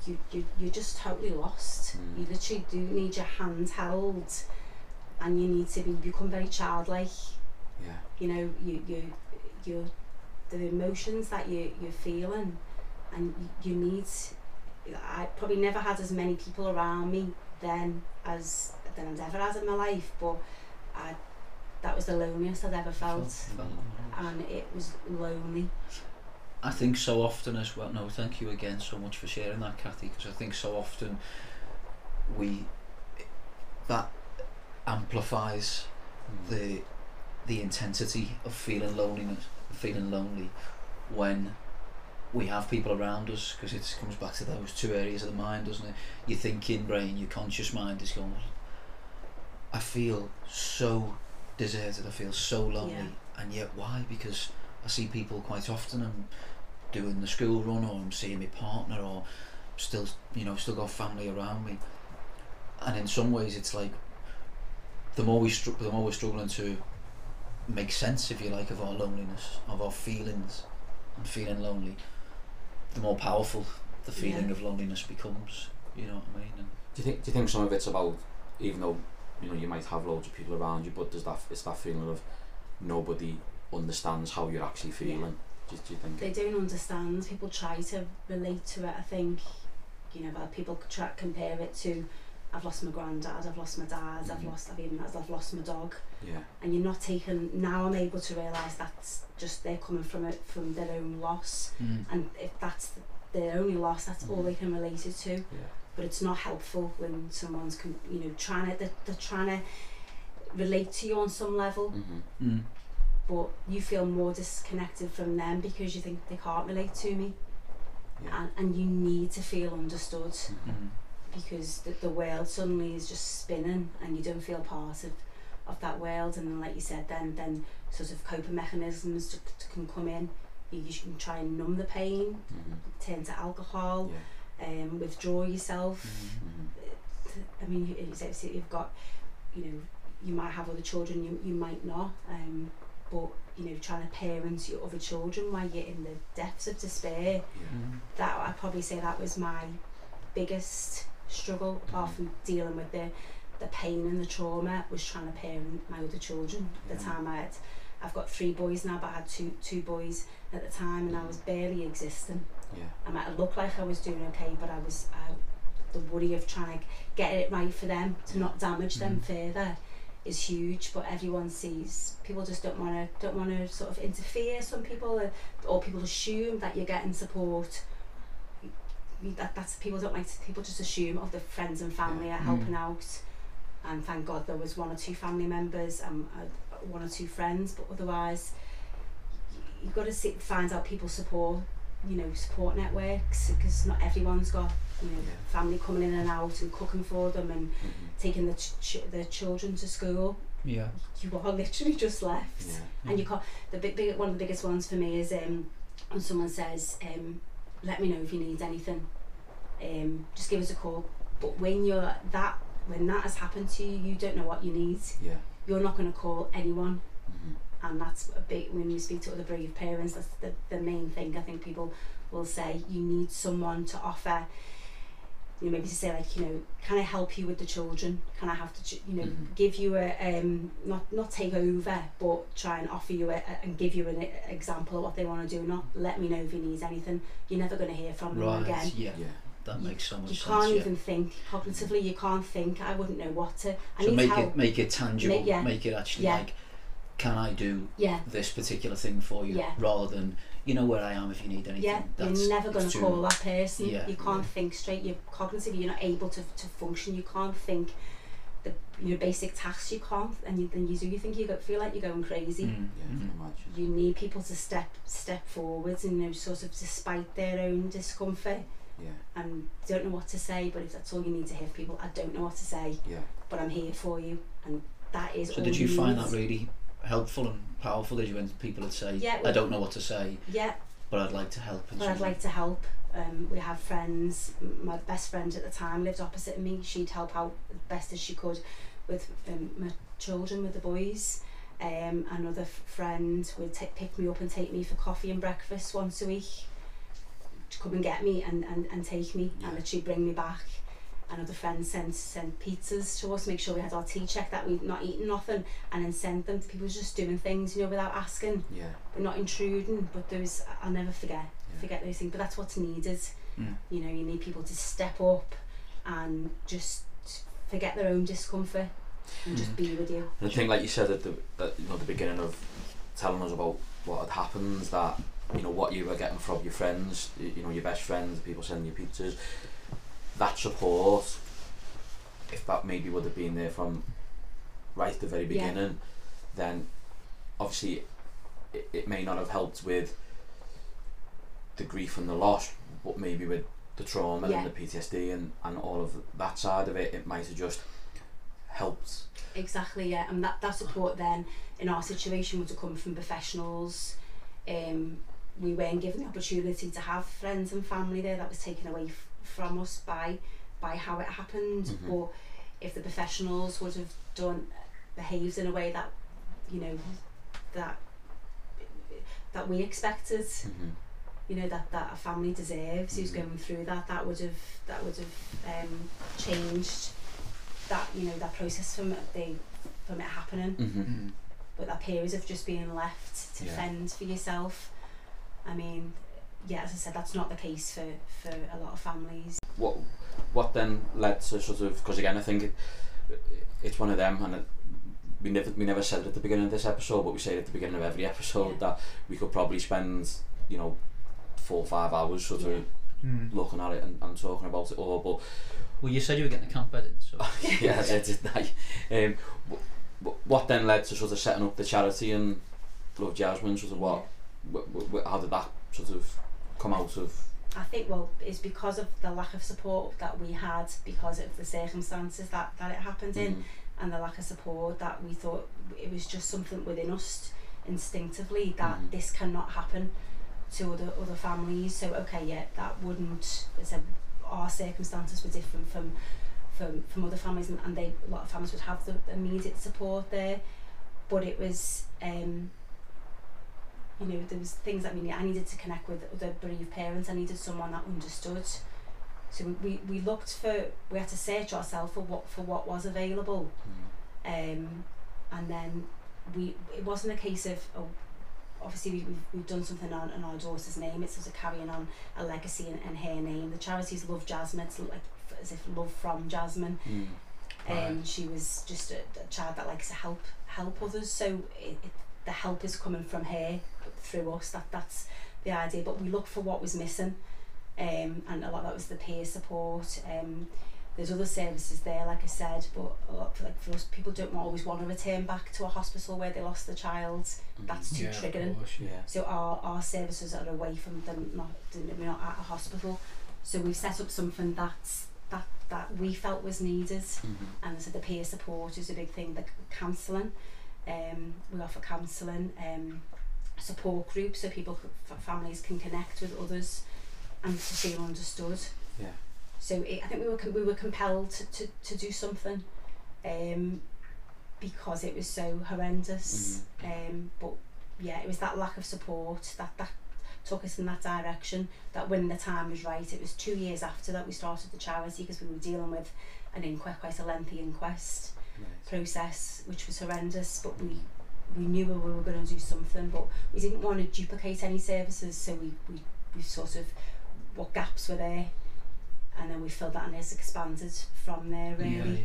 you, you you're just totally lost Mm. you literally do need your hand held and you need to be become very childlike Yeah. you know you you you the emotions that you you're feeling and you, you need I probably never had as many people around me then as than I'd ever had in my life but I that was the loneliest I'd ever felt and it was lonely I think so often as well. No, thank you again so much for sharing that, Kathy, because I think so often we that amplifies the the intensity of feeling loneliness, feeling lonely, when we have people around us, because it comes back to those two areas of the mind, doesn't it? Your thinking brain, your conscious mind is going. I feel so deserted. I feel so lonely, Yeah. and yet why? Because I see people quite often. I'm doing the school run, or I'm seeing my partner, or still, you know, still got family around me. And in some ways, it's like the more we str- the more we're struggling to make sense, if you like, of our loneliness, of our feelings, and feeling lonely, the more powerful the feeling Yeah. of loneliness becomes. You know what I mean? And Do you think? Do you think some of it's about even though you know you might have loads of people around you, but there's that it's that feeling of nobody understands how you're actually feeling. Do, you- do you think? they don't understand people try to relate to it I think you know but people c- try to compare it to I've lost my granddad I've lost my dad I've Mhm. lost I've even I've lost my dog yeah. and you're not taken now I'm able to realise that's just they're coming from it from their own loss and if that's their only loss that's all they can relate it to Yeah. but it's not helpful when someone's com- you know trying to they're, they're trying to relate to you on some level Mm-hmm. Mm. but you feel more disconnected from them because you think they can't relate to me Yeah. and, and you need to feel understood Mm-hmm. Mm. because the, the world suddenly is just spinning and you don't feel part of of that world and then like you said then then sort of coping mechanisms to, to can come in you, you can try and numb the pain Mm-hmm. turn to alcohol Yeah. um withdraw yourself mm, Mm-hmm. I mean, you- it's, it's, you've got, you know, you might have other children, you, you might not, um, but, you know, trying to parent your other children while you're in the depths of despair, Yeah. mm. that I'd probably say that was my biggest struggle, apart Mhm. from dealing with the, the pain and the trauma, was trying to parent my other children. At the Yeah. time I had, I've got three boys now, but I had two, two boys at the time, and I was barely existing. Yeah. I might look like I was doing okay, but I was I, the worry of trying to get it right for them to not damage them further is huge. But everyone sees people just don't want to don't want to sort of interfere. Some people uh, or people assume that you're getting support. You- That that's people don't like to, people just assume of the friends and family are helping out. And thank God there was one or two family members and uh, one or two friends, but otherwise y- you've got to see, find out people's support you know support networks because not everyone's got you know Yeah. family coming in and out and cooking for them and Mm-hmm. taking the ch- ch- their children to school Yeah. you are literally just left Yeah. and you can't the big, big one of the biggest ones for me is um when someone says um let me know if you need anything um just give us a call but when you're that when that has happened to you you don't know what you need Yeah. you're not going to call anyone Mm-hmm. and that's a big when we speak to other bereaved parents that's the, the main thing I think people will say you need someone to offer you know maybe to say like you know can I help you with the children can I have to ch- you know Mm-hmm. Mhm. give you a um not not take over but try and offer you a, a- and give you an e- example of what they want to do not let me know if you need anything you're never going to hear from them Right. again Yeah. Yeah. That You- makes so much you sense. can't yeah. even think cognitively you can't think I wouldn't know what to I so need make help it make it tangible. yeah. Make it actually Yeah. like, can I do yeah this particular thing for you? Yeah. Rather than you know where I am if you need anything. Yeah, That's, you're never it's going to too- call that person. Yeah, you can't yeah. think straight. You're cognitive. You're not able to, to function. You can't think the you know basic tasks. You can't, and you, then you do. You think you go, feel like you're going crazy. Mm, Yeah. mm. I can imagine. You need people to step step forwards and you know sort of despite their own discomfort Yeah. and don't know what to say. But if that's all you need to hear, from people, I don't know what to say, Yeah. but I'm here for you, and that is. So all did you find need. that really helpful and powerful? Did you when people would say, Yeah, I well- don't know what to say, Yeah, but I'd like to help. in But some I'd way." like to help. Um, we have friends. M- My best friend at the time lived opposite me. She'd help out as best as she could with um, my children, with the boys. Um, another f- friend would ta- pick me up and take me for coffee and breakfast once a week. To come and get me and, and, and take me, Yeah. and that she'd bring me back. Another friend sent sent pizzas to us, make sure we had our tea check that we'd not eaten nothing, and then sent them. People was just doing things, you know, without asking Yeah. but not intruding. But there was, I'll never forget, forget those things. But that's what's needed. Yeah. You know, you need people to step up and just forget their own discomfort and just be with you. And I think, like you said at the at, you know the beginning of telling us about what had happened, that you know what you were getting from your friends, y- you know your best friends, the people sending you pizzas, that support, if that maybe would have been there from right at the very Yeah. beginning, then obviously it, it may not have helped with the grief and the loss, but maybe with the trauma Yeah. and the PTSD and, and all of that side of it, it might have just helped. Exactly, yeah. And that, that support then in our situation would have come from professionals. Um, we weren't given the opportunity to have friends and family there. That was taken away f- from us by by how it happened. Mhm. Or if the professionals would have done behaved in a way that you know that that we expected, Mm-hmm. you know that that a family deserves who's Mhm. going through that that would have that would have um, changed that you know that process from it- the from it happening Mm-hmm. Mm. but that period of just being left to Yeah. fend for yourself I mean yeah as I said that's not the case for for a lot of families what what then led to sort of because again I think it, it's one of them and it, we never we never said it at the beginning of this episode but we say it at the beginning of every episode Yeah. that we could probably spend you know four or five hours sort of Mm. looking at it and, and talking about it all but Well, you said you were getting a camp bed in, so yeah, I didn't I? Um, wh- wh- what then led to sort of setting up the charity and Love Jasmine? Sort of what? Wh- wh- wh- how did that sort of come out of? I think well it's because of the lack of support that we had because of the circumstances that that it happened in Mhm. and the lack of support that we thought it was just something within us instinctively that Mhm. this cannot happen to other other families. So okay, yeah, that wouldn't. As I said our circumstances were different from from from other families, and, and they a lot of families would have the immediate support there, but it was. Um, you know, there was things that we need. I needed to connect with other bereaved parents. I needed someone that understood. So we, we, we looked for. We had to search ourselves for what for what was available, um, and then we it wasn't a case of oh, obviously we, we've, we've done something on, on our daughter's name it's sort of carrying on a legacy and, and her name the charities love Jasmine it's like f- as if love from Jasmine Mm. um, she was just a, a child that likes to help help others so it, it, the help is coming from her through us that that's the idea but we look for what was missing um, and a lot of that was the peer support um, there's other services there, like I said, but a lot for, like for us, people don't always want to return back to a hospital where they lost their child. That's too yeah, of triggering. course, yeah. yeah. So our, our services are away from them, not we're not at a hospital. So we've set up something that's that that we felt was needed, Mm-hmm. and so the peer support is a big thing. The c- counselling, um, we offer counselling, um, support groups so people, c- f- families can connect with others, and to feel understood. Yeah. So it, I think we were com- we were compelled to, to, to do something, um, because it was so horrendous. Um, but yeah, it was that lack of support that that took us in that direction. That when the time was right, it was two years after that we started the charity because we were dealing with an inquest, quite a lengthy inquest Nice. process, which was horrendous. But we we knew we were going to do something, but we didn't want to duplicate any services, so we, we, we sort of what gaps were there, and then we filled that and it's expanded from there really.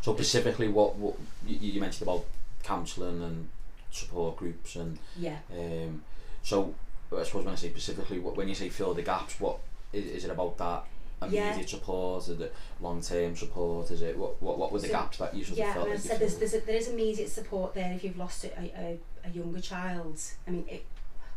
So specifically, what what you, you mentioned about counselling and support groups and Yeah, um, so I suppose when I say specifically, what, when you say fill the gaps, what is, is it about that Yeah. immediate support? Is it long term support? Is it what what what were the So- gaps that you yeah. sort of felt? that and as I you said there's, filled? there's a, there is immediate support there if you've lost a, a, a younger child. I mean, it,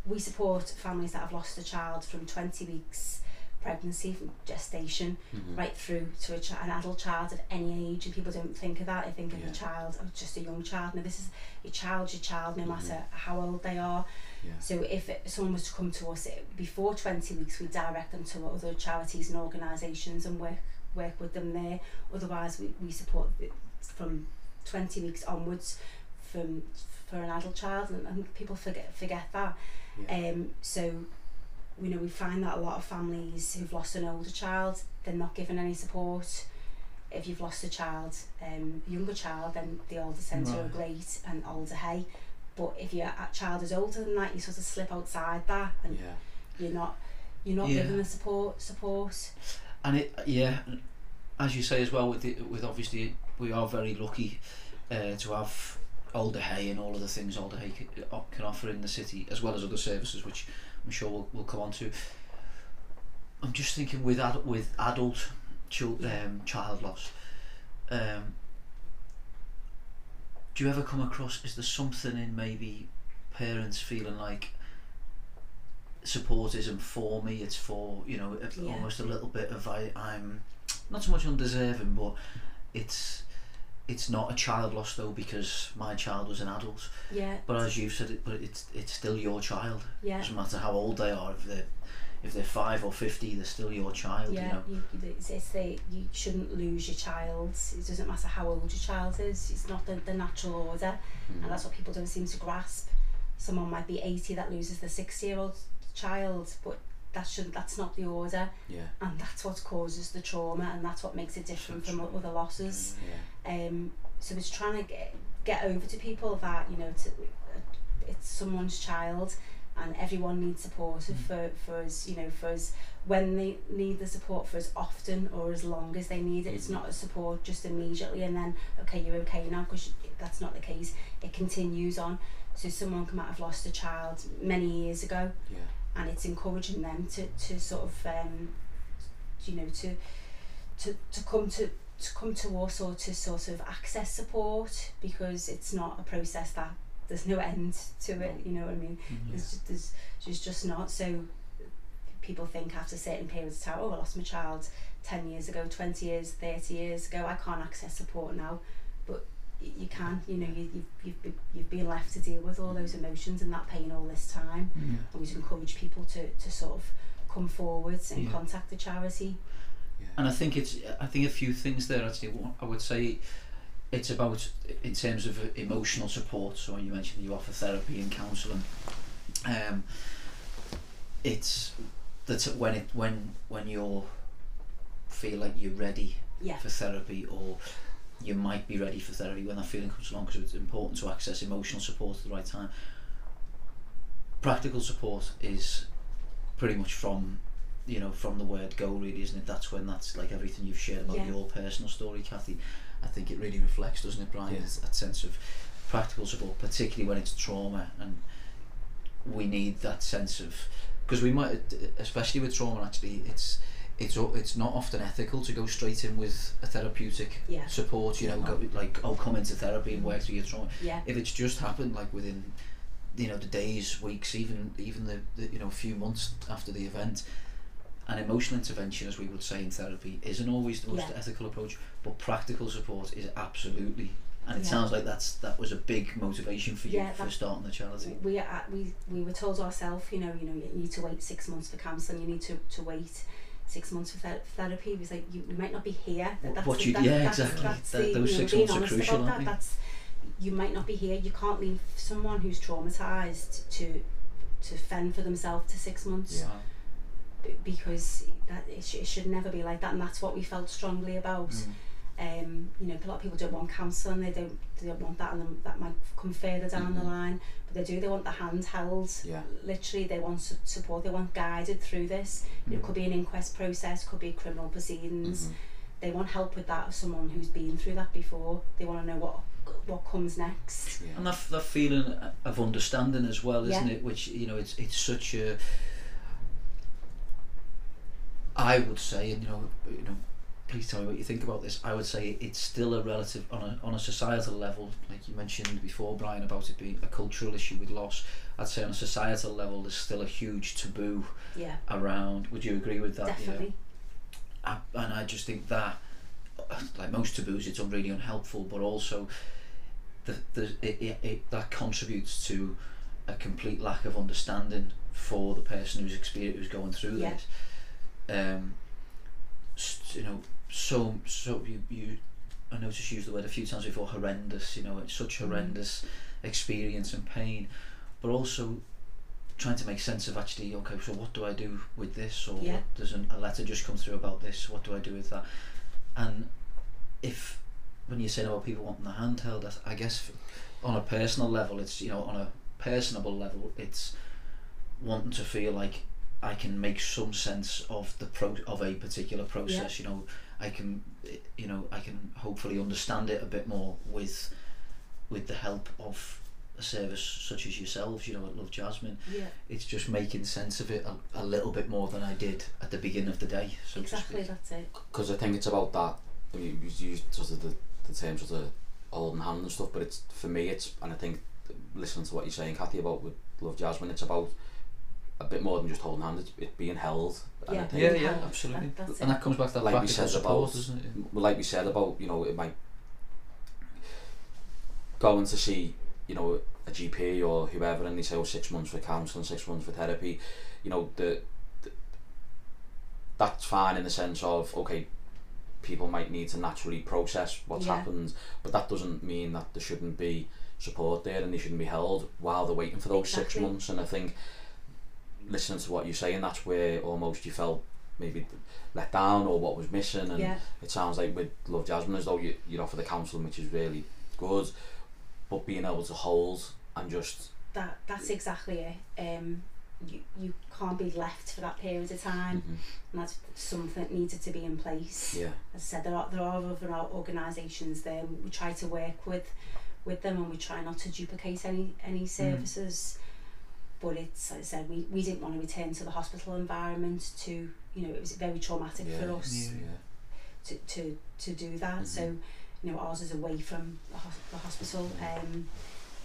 we support families that have lost a child from 20 weeks pregnancy, from gestation, Mhm. right through to a ch- an adult child of any age and people don't think of that they think of Yeah. a child oh, just a young child no this is your child your child no Mhm. matter how old they are Yeah. so if it, someone was to come to us it, before 20 weeks we direct them to other charities and organisations and work work with them there otherwise we, we support th- from 20 weeks onwards from for an adult child and, and people forget forget that Yeah. um, so, you know, we find that a lot of families who've lost an older child, they're not given any support. If you've lost a child, um, younger child, then the older centre are Right. great and older hay. But if your a- child is older than that, you sort of slip outside that, and yeah. you're not, you're not Yeah. given the support. Support. and it yeah as you say as well with the, with obviously we are very lucky uh, to have older hay and all of the things older hay can, can offer in the city as well as other services which I'm sure we'll, we'll come on to I'm just thinking with ad, with adult chil, um, child loss um, do you ever come across is there something in maybe parents feeling like support isn't for me it's for you know a- Yeah. almost a little bit of I, I'm not so much undeserving but it's it's not a child loss though because my child was an adult Yeah. but as you've said it but it's it's still your child Yeah. doesn't matter how old they are if they're if they're five or 50 they're still your child you Yeah, know you, you, it's, it's the, you shouldn't lose your child. It doesn't matter how old your child is. It's not the, the natural order. Mm. and that's what people don't seem to grasp. Someone might be 80 that loses their six-year-old child, but that shouldn't. That's not the order, yeah. and that's what causes the trauma, and that's what makes it different from o- other losses. Yeah. Um, so it's trying to get, get over to people that you know to, it's someone's child, and everyone needs support for for us. You know, for us when they need the support for as often or as long as they need it. It's Mhm. not a support just immediately and then okay, you're okay now because that's not the case. It continues on. So someone can might have lost a child many years ago, Yeah. and it's encouraging them to, to sort of um, you know to to, to come to to come to us or to sort of access support because it's not a process that there's no end to it you know what I mean there's, ju- there's, there's just not so people think after a certain periods of time oh I lost my child 10 years ago, 20 years, 30 years ago. I can't access support now, but y- you can, you know, you, you've, you've, be- you've been left to deal with all those emotions and that pain all this time. Yeah. And we just encourage people to, to sort of come forwards and Yeah. contact the charity. And I think it's I think a few things there actually. One, I would say it's about in terms of emotional support. So you mentioned you offer therapy and counselling. Um, it's that when it when when you're feel like you're ready Yeah. for therapy or you might be ready for therapy when that feeling comes along because it's important to access emotional support at the right time. Practical support is pretty much from you know from the word go really isn't it that's when that's like everything you've shared about Yeah. your personal story Kathy I think it really reflects doesn't it Brian Yeah. It's that sense of practical support particularly when it's trauma and we need that sense of because we might especially with trauma actually it's it's o- it's not often ethical to go straight in with a therapeutic Yeah. support you know go, like oh come into therapy and work through your trauma Yeah. if it's just happened like within you know the days weeks even even the, the you know few months after the event an emotional intervention as we would say in therapy isn't always the most Yeah. ethical approach but practical support is absolutely and it Yeah. sounds like that's that was a big motivation for you Yeah, for that- starting the charity we are, we we were told ourselves, you know, you know, you need to wait six months for counselling. You need to, to wait six months for ther- therapy. It was like you, we might not be here. That, What- that's what the- you- that, yeah, that's, exactly. That's That- the, those you know, six being months are honest crucial, about aren't that. they? That's you might not be here. You can't leave someone who's traumatized to to fend for themselves to six months Yeah. b- because that it, sh- it should never be like that. And that's what we felt strongly about. um, you know, a lot of people don't want counselling, they don't, they don't want that, and then that might come further down the Mhm. line, but they do, they want the hand held, Yeah. literally, they want su- support, they want guided through this, you know, it could be an inquest process, could be criminal proceedings, Mhm. they want help with that, someone who's been through that before, they want to know what what comes next. Yeah. and that, that feeling of understanding as well isn't Yeah. it which you know it's it's such a I would say and you know you know please tell me what you think about this I would say it's still a relative on a, on a societal level like you mentioned before Brian about it being a cultural issue with loss I'd say on a societal level there's still a huge taboo Yeah, around would you agree with that Yeah. definitely. I, and I just think that like most taboos it's really unhelpful but also the, the it, it, it, that contributes to a complete lack of understanding for the person who's experience who's going through Yeah. this um s- you know so so you, you I noticed you used the word a few times before horrendous you know it's such horrendous experience and pain but also trying to make sense of actually okay so what do I do with this or Yeah. what doesn't a letter just come through about this what do I do with that and if when you're saying about people wanting the handheld I- I guess on a personal level it's you know on a personable level it's wanting to feel like I can make some sense of the pro of a particular process you know I can eh, you know I can hopefully understand it a bit more with with the help of a service such as yourselves you know at Love Jasmine Yeah, it's just making sense of it a, a little bit more than I did at the beginning of the day so to exactly, speak. that's it. because I think it's about that. I mean, you used sort of the, the term sort of holding hand and stuff, but it's for me, it's and I think listening to what you're saying, Kathy, about with Love Jasmine, it's about a bit more than just holding hand. It's it being held. And I Yeah. think yeah yeah Help. absolutely That- that's and it. that comes back to that Like we practical said support about- doesn't it Yeah. Well, like we said about you know it might going to see you know a GP or whoever and they say oh six months for counselling six months for therapy you know the, the that's fine in the sense of okay people might need to naturally process what's Yeah. happened but that doesn't mean that there shouldn't be support there and they shouldn't be held while they're waiting for those six Exactly. months and I think listening to what you're saying that's where almost you felt maybe let down or what was missing and Yeah, it sounds like with Love Jasmine as though you, you're offered the counselling which is really good but being able to hold and just that, that's exactly it. Um, you, you can't be left for that period of time, Mhm. and that's something that needed to be in place. yeah as I said, there are there are other or- organisations there. We we try to work with with them, and we try not to duplicate any Mm. any services. But it's as I said, we, we didn't want to return to the hospital environment. To you know, it was very traumatic yeah, for us yeah. to, to to do that. Mhm. So you know, ours is away from the, hos- the hospital. Mm-hmm. Um,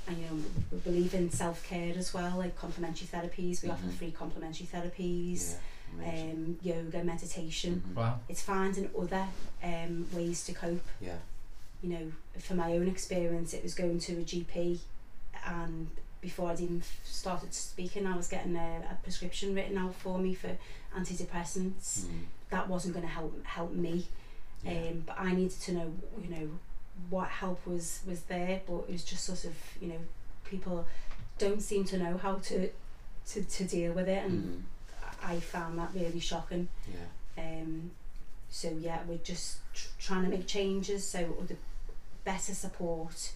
and you know, we believe in self care as well, like complementary therapies. We offer Mhm. free complementary therapies. yeah. Amazing. um, yoga, meditation. Mhm. Wow. It's finding other um, ways to cope. Yeah. You know, for my own experience, it was going to a GP, and before I'd even f- started speaking, I was getting a, a prescription written out for me for antidepressants. Mm. That wasn't going to help help me. Yeah. um, but I needed to know you know what help was was there but it was just sort of you know people don't seem to know how to to, to deal with it and Mhm. I found that really shocking Yeah. um, so yeah we're just tr- trying to make changes so the better support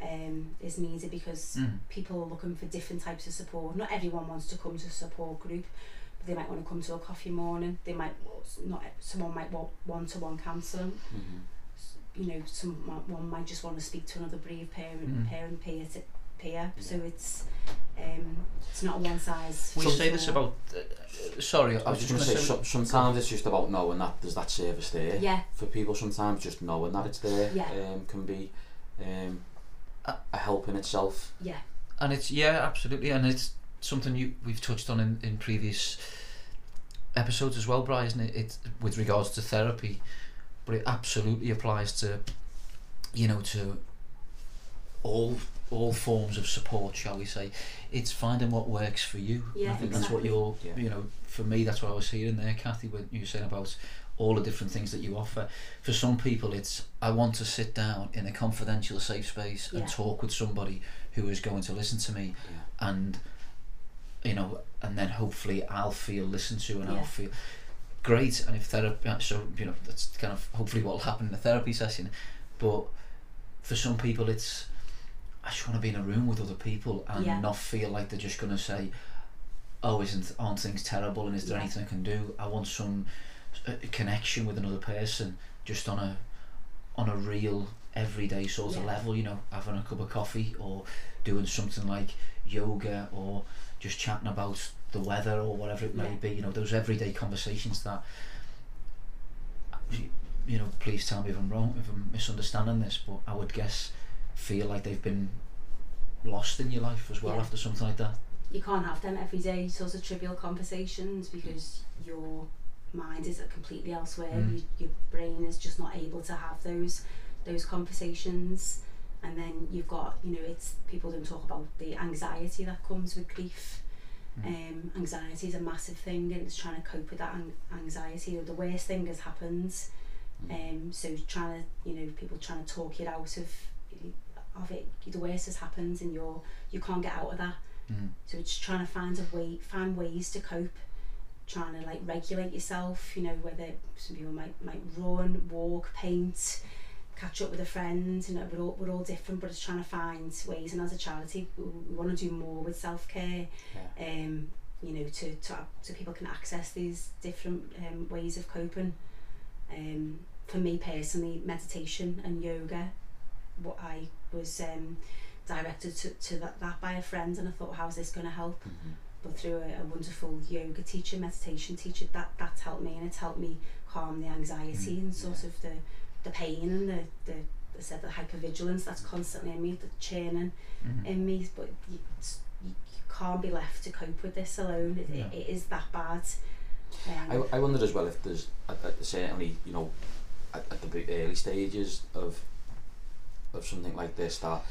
um, is needed because Mm. people are looking for different types of support. Not everyone wants to come to a support group, but they might want to come to a coffee morning. They might not someone might want one to one counselling. Mhm. You know, someone one might just want to speak to another bereaved parent, Mm. parent peer to peer. So Yeah. it's um, it's not a one size. We fits say this all. about. Uh, sorry, I was just going to say, so, sometimes it's just about knowing that there's that service there. yeah, For people, sometimes just knowing that it's there Yeah. um, can be um, Uh, a help in itself. yeah, and it's yeah, absolutely, and it's something you we've touched on in, in previous episodes as well, Brian. It, it with regards to therapy, but it absolutely applies to you know to all all forms of support, shall we say? It's finding what works for you. Yeah, I think that's what exactly. you're. Yeah. You know, for me, that's what I was hearing there, Kathy, when you were saying about all the different things that you offer. For some people, it's I want to sit down in a confidential, safe space Yeah. and talk with somebody who is going to listen to me Yeah. and you know and then hopefully I'll feel listened to and Yeah. I'll feel great and if therapy so you know that's kind of hopefully what will happen in a therapy session but for some people it's I just want to be in a room with other people and Yeah. not feel like they're just going to say oh isn't aren't things terrible and is there Yeah. anything I can do I want some uh, connection with another person just on a on a real everyday sort of Yeah. level you know having a cup of coffee or doing something like yoga or just chatting about the weather or whatever it may Yeah. be you know those everyday conversations that you- you know please tell me if I'm wrong if I'm misunderstanding this but I would guess feel like they've been lost in your life as well Yeah. after something like that you can't have them everyday sort of trivial conversations because your mind is completely elsewhere. Mm. You, your brain is just not able to have those those conversations. And then you've got, you know, it's people don't talk about the anxiety that comes with grief. Mm. Um, anxiety is a massive thing, and it's trying to cope with that an- anxiety. The worst thing has happened. Mm. Um, so trying to, you know, people trying to talk it out of of it. The worst has happened, and you're you can't get out of that. mm. So it's trying to find a way, find ways to cope, trying to like regulate yourself. You know, whether some people might might run, walk, paint, catch up with a friend. You know, we're all we're all different, but it's trying to find ways. And as a charity, we, we want to do more with self care. Yeah. Um, you know, to, to so people can access these different um, ways of coping. Um, for me personally, meditation and yoga. What I was um, directed to, to that, that by a friend and I thought how's this going to help Mhm. but through a, a wonderful yoga teacher meditation teacher that that's helped me and it's helped me calm the anxiety Mm. and sort yeah. of the the pain and the the I said the hypervigilance that's constantly in me the churning Mm. in me but you, it's- you, you can't be left to cope with this alone it, Yeah. it, it is that bad um, I, I wonder as well if there's at- at- certainly you know at, at the big early stages of of something like this that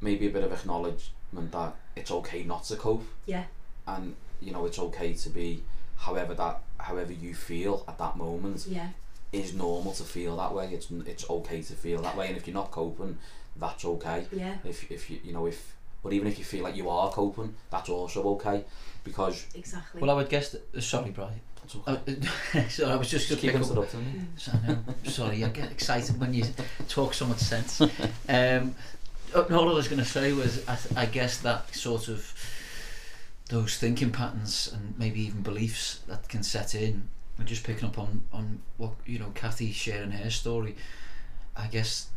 maybe a bit of acknowledgement that it's okay not to cope yeah and you know it's okay to be however that however you feel at that moment yeah is normal to feel that way it's n- it's okay to feel that way and if you're not coping that's okay yeah if if you you know if but even if you feel like you are coping that's also okay because exactly well I would guess that, uh, sorry Brian it's okay uh, so I was just going just to keep pick up interrupting me. Mm. So I know. Sorry, I get excited when you talk so much sense. Um, uh, all I was going to say was, I, th- I guess that sort of those thinking patterns and maybe even beliefs that can set in. And just picking up on on what you know, Kathy sharing her story. I guess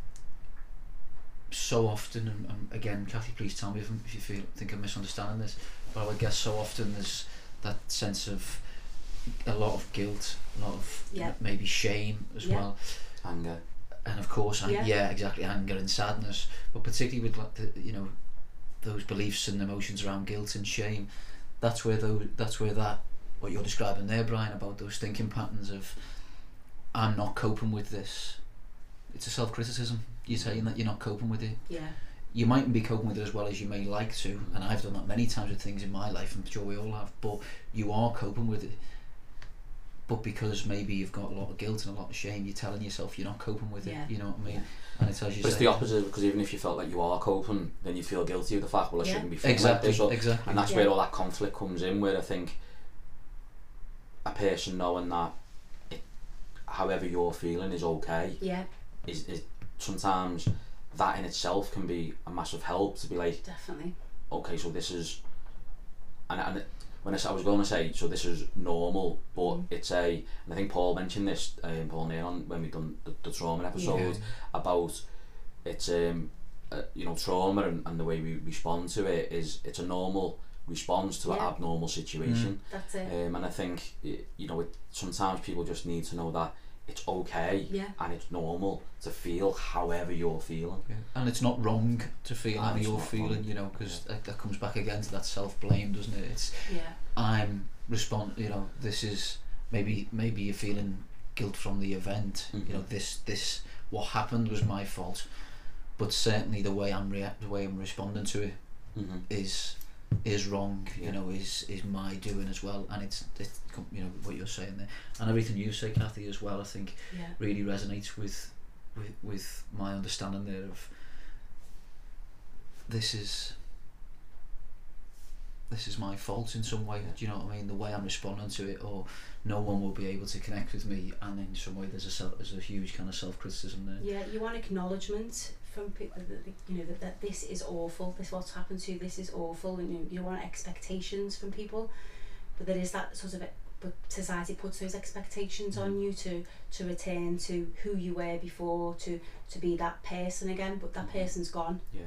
so often, and, and again, Kathy, please tell me if, I'm- if you feel think I'm misunderstanding this. But I would guess so often there's that sense of a lot of guilt, a lot of Yeah. maybe shame as Yeah. well anger and of course, an- Yeah. yeah. exactly, anger and sadness, but particularly with like the, you know those beliefs and emotions around guilt and shame. That's where those, that's where that what you're describing there, Brian, about those thinking patterns of I'm not coping with this. It's a self criticism. You're saying that you're not coping with it. Yeah. You mightn't be coping with it as well as you may like to, and I've done that many times with things in my life, I'm sure we all have, but you are coping with it. But because maybe you've got a lot of guilt and a lot of shame, you're telling yourself you're not coping with Yeah. it. You know what I mean? Yeah. And it's as you But it's say. the opposite because even if you felt like you are coping, then you feel guilty of the fact, well, I Yeah. shouldn't be feeling Exactly. like this. Or, Exactly. and that's Yeah. where all that conflict comes in, where I think a person knowing that it, however you're feeling is okay Yeah, is, is sometimes that in itself can be a massive help to be like, definitely. okay, so this is, and, and it- when I, s- I was going to say, so this is normal, but Mm. it's a, and I think Paul mentioned this, um, Paul Neal, on when we done the, the trauma episode, about it's, um, uh, you know, trauma and, and the way we respond to it is, it's a normal response to Yeah. an abnormal situation. That's Uh, it. Um, and I think, y- you know, it, sometimes people just need to know that it's okay Yeah. and it's normal to feel however you're feeling. Yeah. And it's not wrong to feel And how Oh, it's you're not feeling, wrong. you know, because that, that comes back again to that self blame, doesn't it? It's Yeah. I'm respond. You know, this is maybe maybe you're feeling guilt from the event. You know, Mhm. this this what happened was my fault, but certainly the way I'm react, the way I'm responding to it Mm-hmm. is is wrong. Yeah. You know, is is my doing as well, and it's it's com- you know what you're saying there, and everything you say, Kathy, as well. I think Yeah. really resonates with with, with my understanding there of this is this is my fault in some way. Do you know what I mean? The way I'm responding to it, or no one will be able to connect with me, and in some way there's a self, there's a huge kind of self criticism there. Yeah, you want acknowledgement from people that, that you know that, that this is awful. This what's happened to you. This is awful, and you, you want expectations from people. But there is that sort of e, but society puts those expectations on you to to return to who you were before, to to be that person again. But that Mhm. person's gone, Yeah.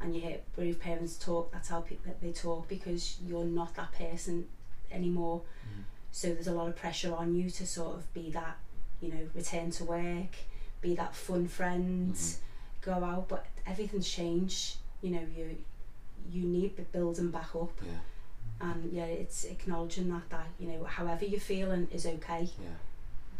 and you hear bereaved parents talk. That's how people they talk because you're not that person anymore. Mm. So there's a lot of pressure on you to sort of be that, you know, return to work, be that fun friend, Mhm. Mm-hmm. go out. But everything's changed. You know, you you need the building back up, Yeah. and yeah, it's acknowledging that that you know, however you're feeling is okay. Yeah.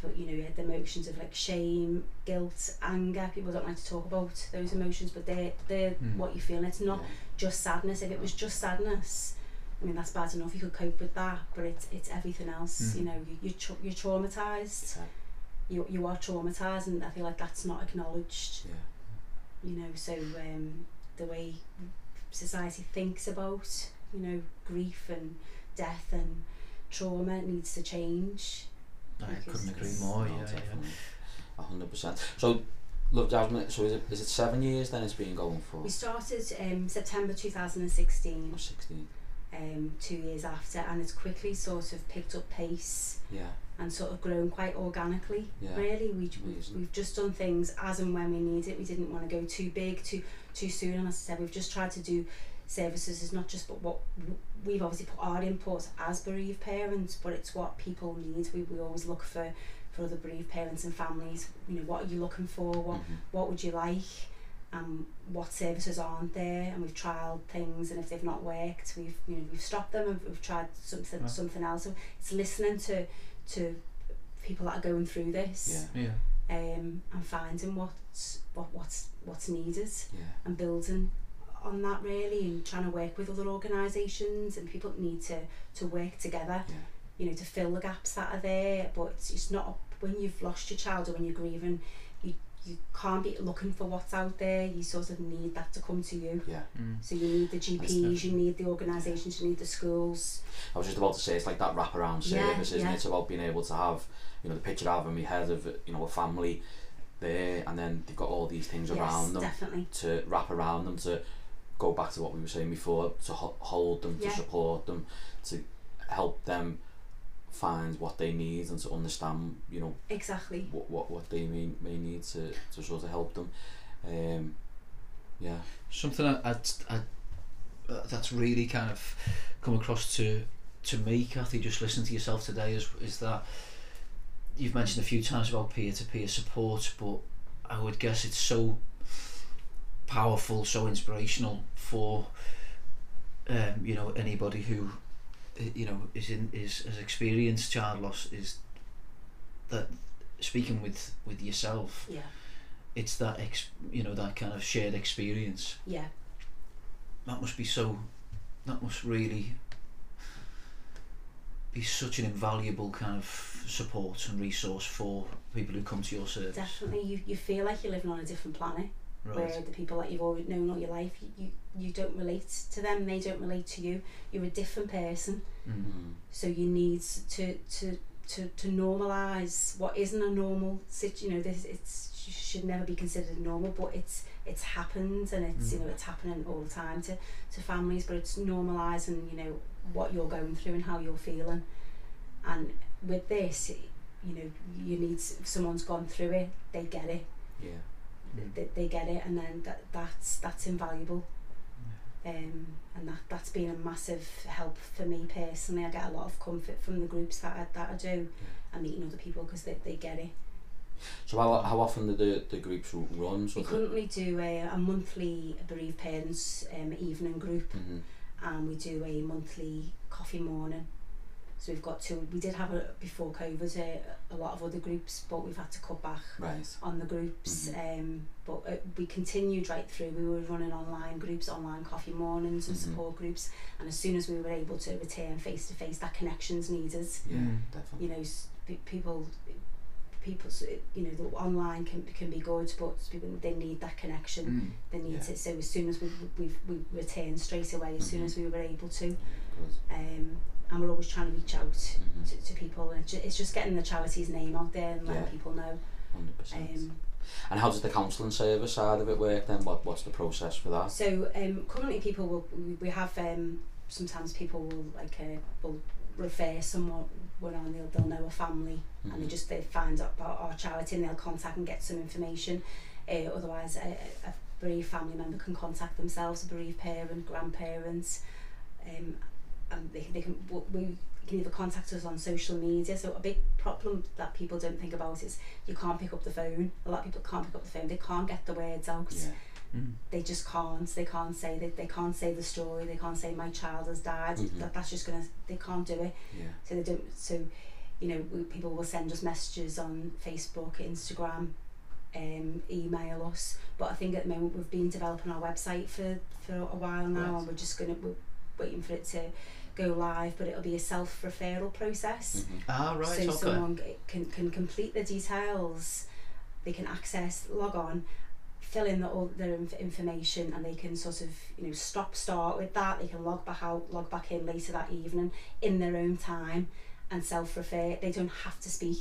But you know, you had the emotions of like shame, guilt, anger. People don't like to talk about those emotions, but they're they're Mm. what you're feeling. It's not yeah. just sadness. If it was just sadness, I mean that's bad enough. You could cope with that, but it's it's everything else. Mm. You know, you, you tra- you're traumatized. Yeah. You you are traumatized, and I feel like that's not acknowledged. Yeah. You know, so um, the way society thinks about you know grief and death and trauma needs to change. I Because couldn't agree it's- more. No, Oh, yeah, yeah. definitely. A hundred percent. So, look, Jasmine. So is it is it seven years then it's been going for? We started um, September 2016, Or Sixteen. um, two years after, and it's quickly sort of picked up pace. Yeah. and sort of grown quite organically. Yeah. Really, we we've, Amazing. we've just done things as and when we need it. We didn't want to go too big, too too soon. And as I said, we've just tried to do services is not just but what we've obviously put our input as bereaved parents, but it's what people need. We we always look for for other bereaved parents and families. You know, what are you looking for? What Mhm. what would you like? Um, what services aren't there? And we've tried things, and if they've not worked, we've you know we've stopped them, and we've tried something Yeah. something else. So it's listening to to people that are going through Yeah. this Yeah. um, and finding what's what what's what's needed Yeah. and building on that really, and trying to work with other organisations and people that need to to work together. Yeah. you know, to fill the gaps that are there. But it's, it's not when you've lost your child or when you're grieving, you you can't be looking for what's out there. You sort of need that to come to you. Yeah. Mm. So you need the GPs, you definitely- need the organisations, you need the schools. I was just about to say it's like that wraparound Yeah, service, isn't yeah. it? It's about being able to have, you know, the picture I have in my head of you know a family there, and then they've got all these things Yes, around them definitely. to wrap around them to go back to what we were saying before to ho- hold them Yeah. to support them to help them find what they need and to understand you know Exactly. what what, what they may, may need to, to sort of help them um yeah something I, I'd, I uh, that's really kind of come across to to me Kathy just listen to yourself today is is that you've mentioned a few times about peer-to-peer support but I would guess it's so powerful so inspirational for um, you know anybody who i- you know, is in is has experienced child loss is that speaking with with yourself, yeah, it's that ex, you know that kind of shared experience. yeah, That must be so. That must really be such an invaluable kind of support and resource for people who come to your service. definitely. You, you feel like you're living on a different planet. where Right. the people that you've already known all your life, you, you, you don't relate to them, they don't relate to you. You're a different person, Mm. Mm. so you need to to to, to normalise what isn't a normal sit. You know, this it's sh- should never be considered normal, but it's it's happened and it's you know it's happening all the time to to families, but it's normalising you know what you're going through and how you're feeling, and with this. You know, you need s- someone's gone through it. They get it Yeah. Mm. they, they get it and then that, that's that's invaluable um, and that that's been a massive help for me personally I get a lot of comfort from the groups that I, that I do and meeting other people because they, they get it So how, how often do the, the groups ru- run? So we currently do a, a monthly bereaved parents um, evening group hmm and we do a monthly coffee morning so we've got two we did have a before COVID a, a lot of other groups but we've had to cut back Right. on the groups Mm-hmm. um, but uh, we continued right through we were running online groups online coffee mornings and Mhm. support groups and as soon as we were able to return face to face that connections needed Yeah, Mm. definitely. you know s- pe- people people s- you know the online can, can be good but people- they need that connection Mm. they need Mm-hmm. Yeah. it so as soon as we we, we returned straight away as soon Mhm. as we were able to Good. um, and we're always trying to reach out Mhm. to, to people and it's ju- it's just getting the charity's name out there and letting Yeah. people know 100%. um, and how does the counselling service side of it work then? What What's the process for that? So um, currently, people will we- we have um, sometimes people will like uh, will refer someone one on they'll, they'll know a family and they Mhm. just they find out about our charity and they'll contact and get some information. Uh, otherwise, a, a- a bereaved family member can contact themselves, a bereaved parent, grandparents, um, and they, they can w- we can either contact us on social media. So a big problem that people don't think about is you can't pick up the phone. A lot of people can't pick up the phone. They can't get the words out Yeah. Mm. they just can't they can't say that they can't say the story they can't say my child has died Mhm. that, that's just gonna they can't do it Yeah. so they don't so you know we, people will send us messages on facebook instagram um, email us but i think at the moment we've been developing our website for for a while now Right. and we're just gonna we're waiting for it to go live but it'll be a self referral process hmm Ah, right, so okay. someone g- can, can complete the details they can access log on fill in the, all their inf- information and they can sort of you know stop start with that they can log back out log back in later that evening in their own time and self-refer they don't have to speak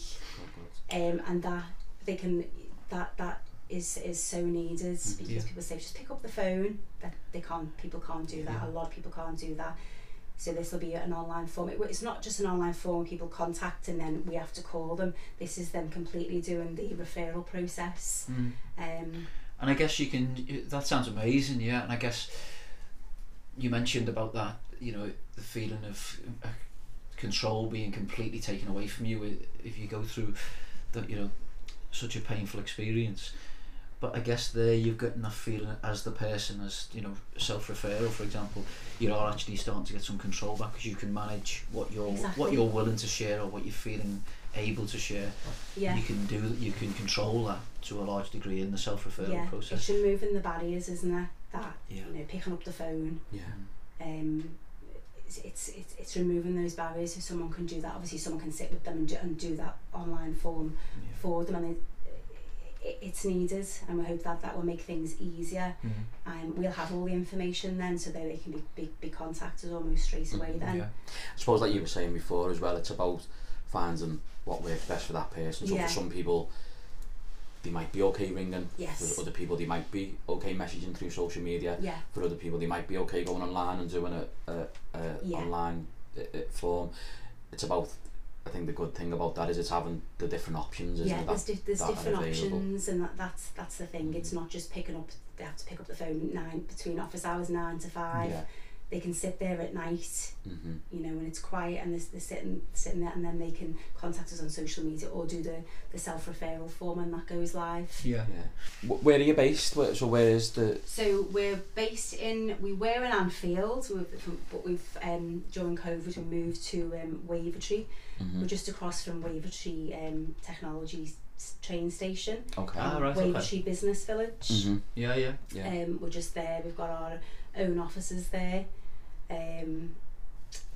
um, and that they can that that is is so needed because Mm, Yeah. people say just pick up the phone that they can't people can't do that Yeah. a lot of people can't do that so this will be an online form it, it's not just an online form people contact and then we have to call them this is them completely doing the referral process Mm. um And I guess you can. That sounds amazing, yeah. And I guess you mentioned about that. You know, the feeling of uh, control being completely taken away from you i- if you go through that. You know, such a painful experience. But I guess there you've got enough feeling as the person, as you know, self referral, for example. You are actually starting to get some control back because you can manage what you're what Exactly. you're willing to share or what you're feeling able to share. yeah You can do. You can control that to a large degree in the self referral yeah process. it's removing the barriers isn't it that Yeah. you know picking up the phone Yeah. um, it's, it's, it's, it's removing those barriers so someone can do that. Obviously, someone can sit with them and do, and do that online form for them, and it, it, it's needed. And we hope that that will make things easier. Mm-hmm. Um, we'll have all the information then, so that they can be, be, be contacted almost straight away. Mhm, Then, yeah. I suppose like you were saying before as well, it's about finding what works best for that person. So Yeah. for some people, they might be okay ringing. Yes. For other people, they might be okay messaging through social media. yeah, For other people, they might be okay going online and doing a, a, a Yeah. online uh, uh, form. It's about, I think the good thing about that is it's having the different options, isn't yeah. it? There's, That, di- there's that different available. Mm-hmm. options, and that, that's that's the thing. It's not just picking up. They have to pick up the phone nine between office hours, nine to five. yeah, they can sit there at night, Mm-hmm. you know, when it's quiet and they're, they're sitting sitting there, and then they can contact us on social media or do the, the self referral form, and that goes live. Yeah. Yeah. Where are you based? Where, so where is the? So we're based in we were in Anfield, we- but we've um, during COVID we moved to um, Wavertree. mm-hmm. Hmm. We're just across from Wavertree um, Technologies train station, Okay. Ah, right, okay. Wavertree Business Village. Mm-hmm. Yeah, yeah. Yeah. Um, we're just there. We've got our own offices there. Um,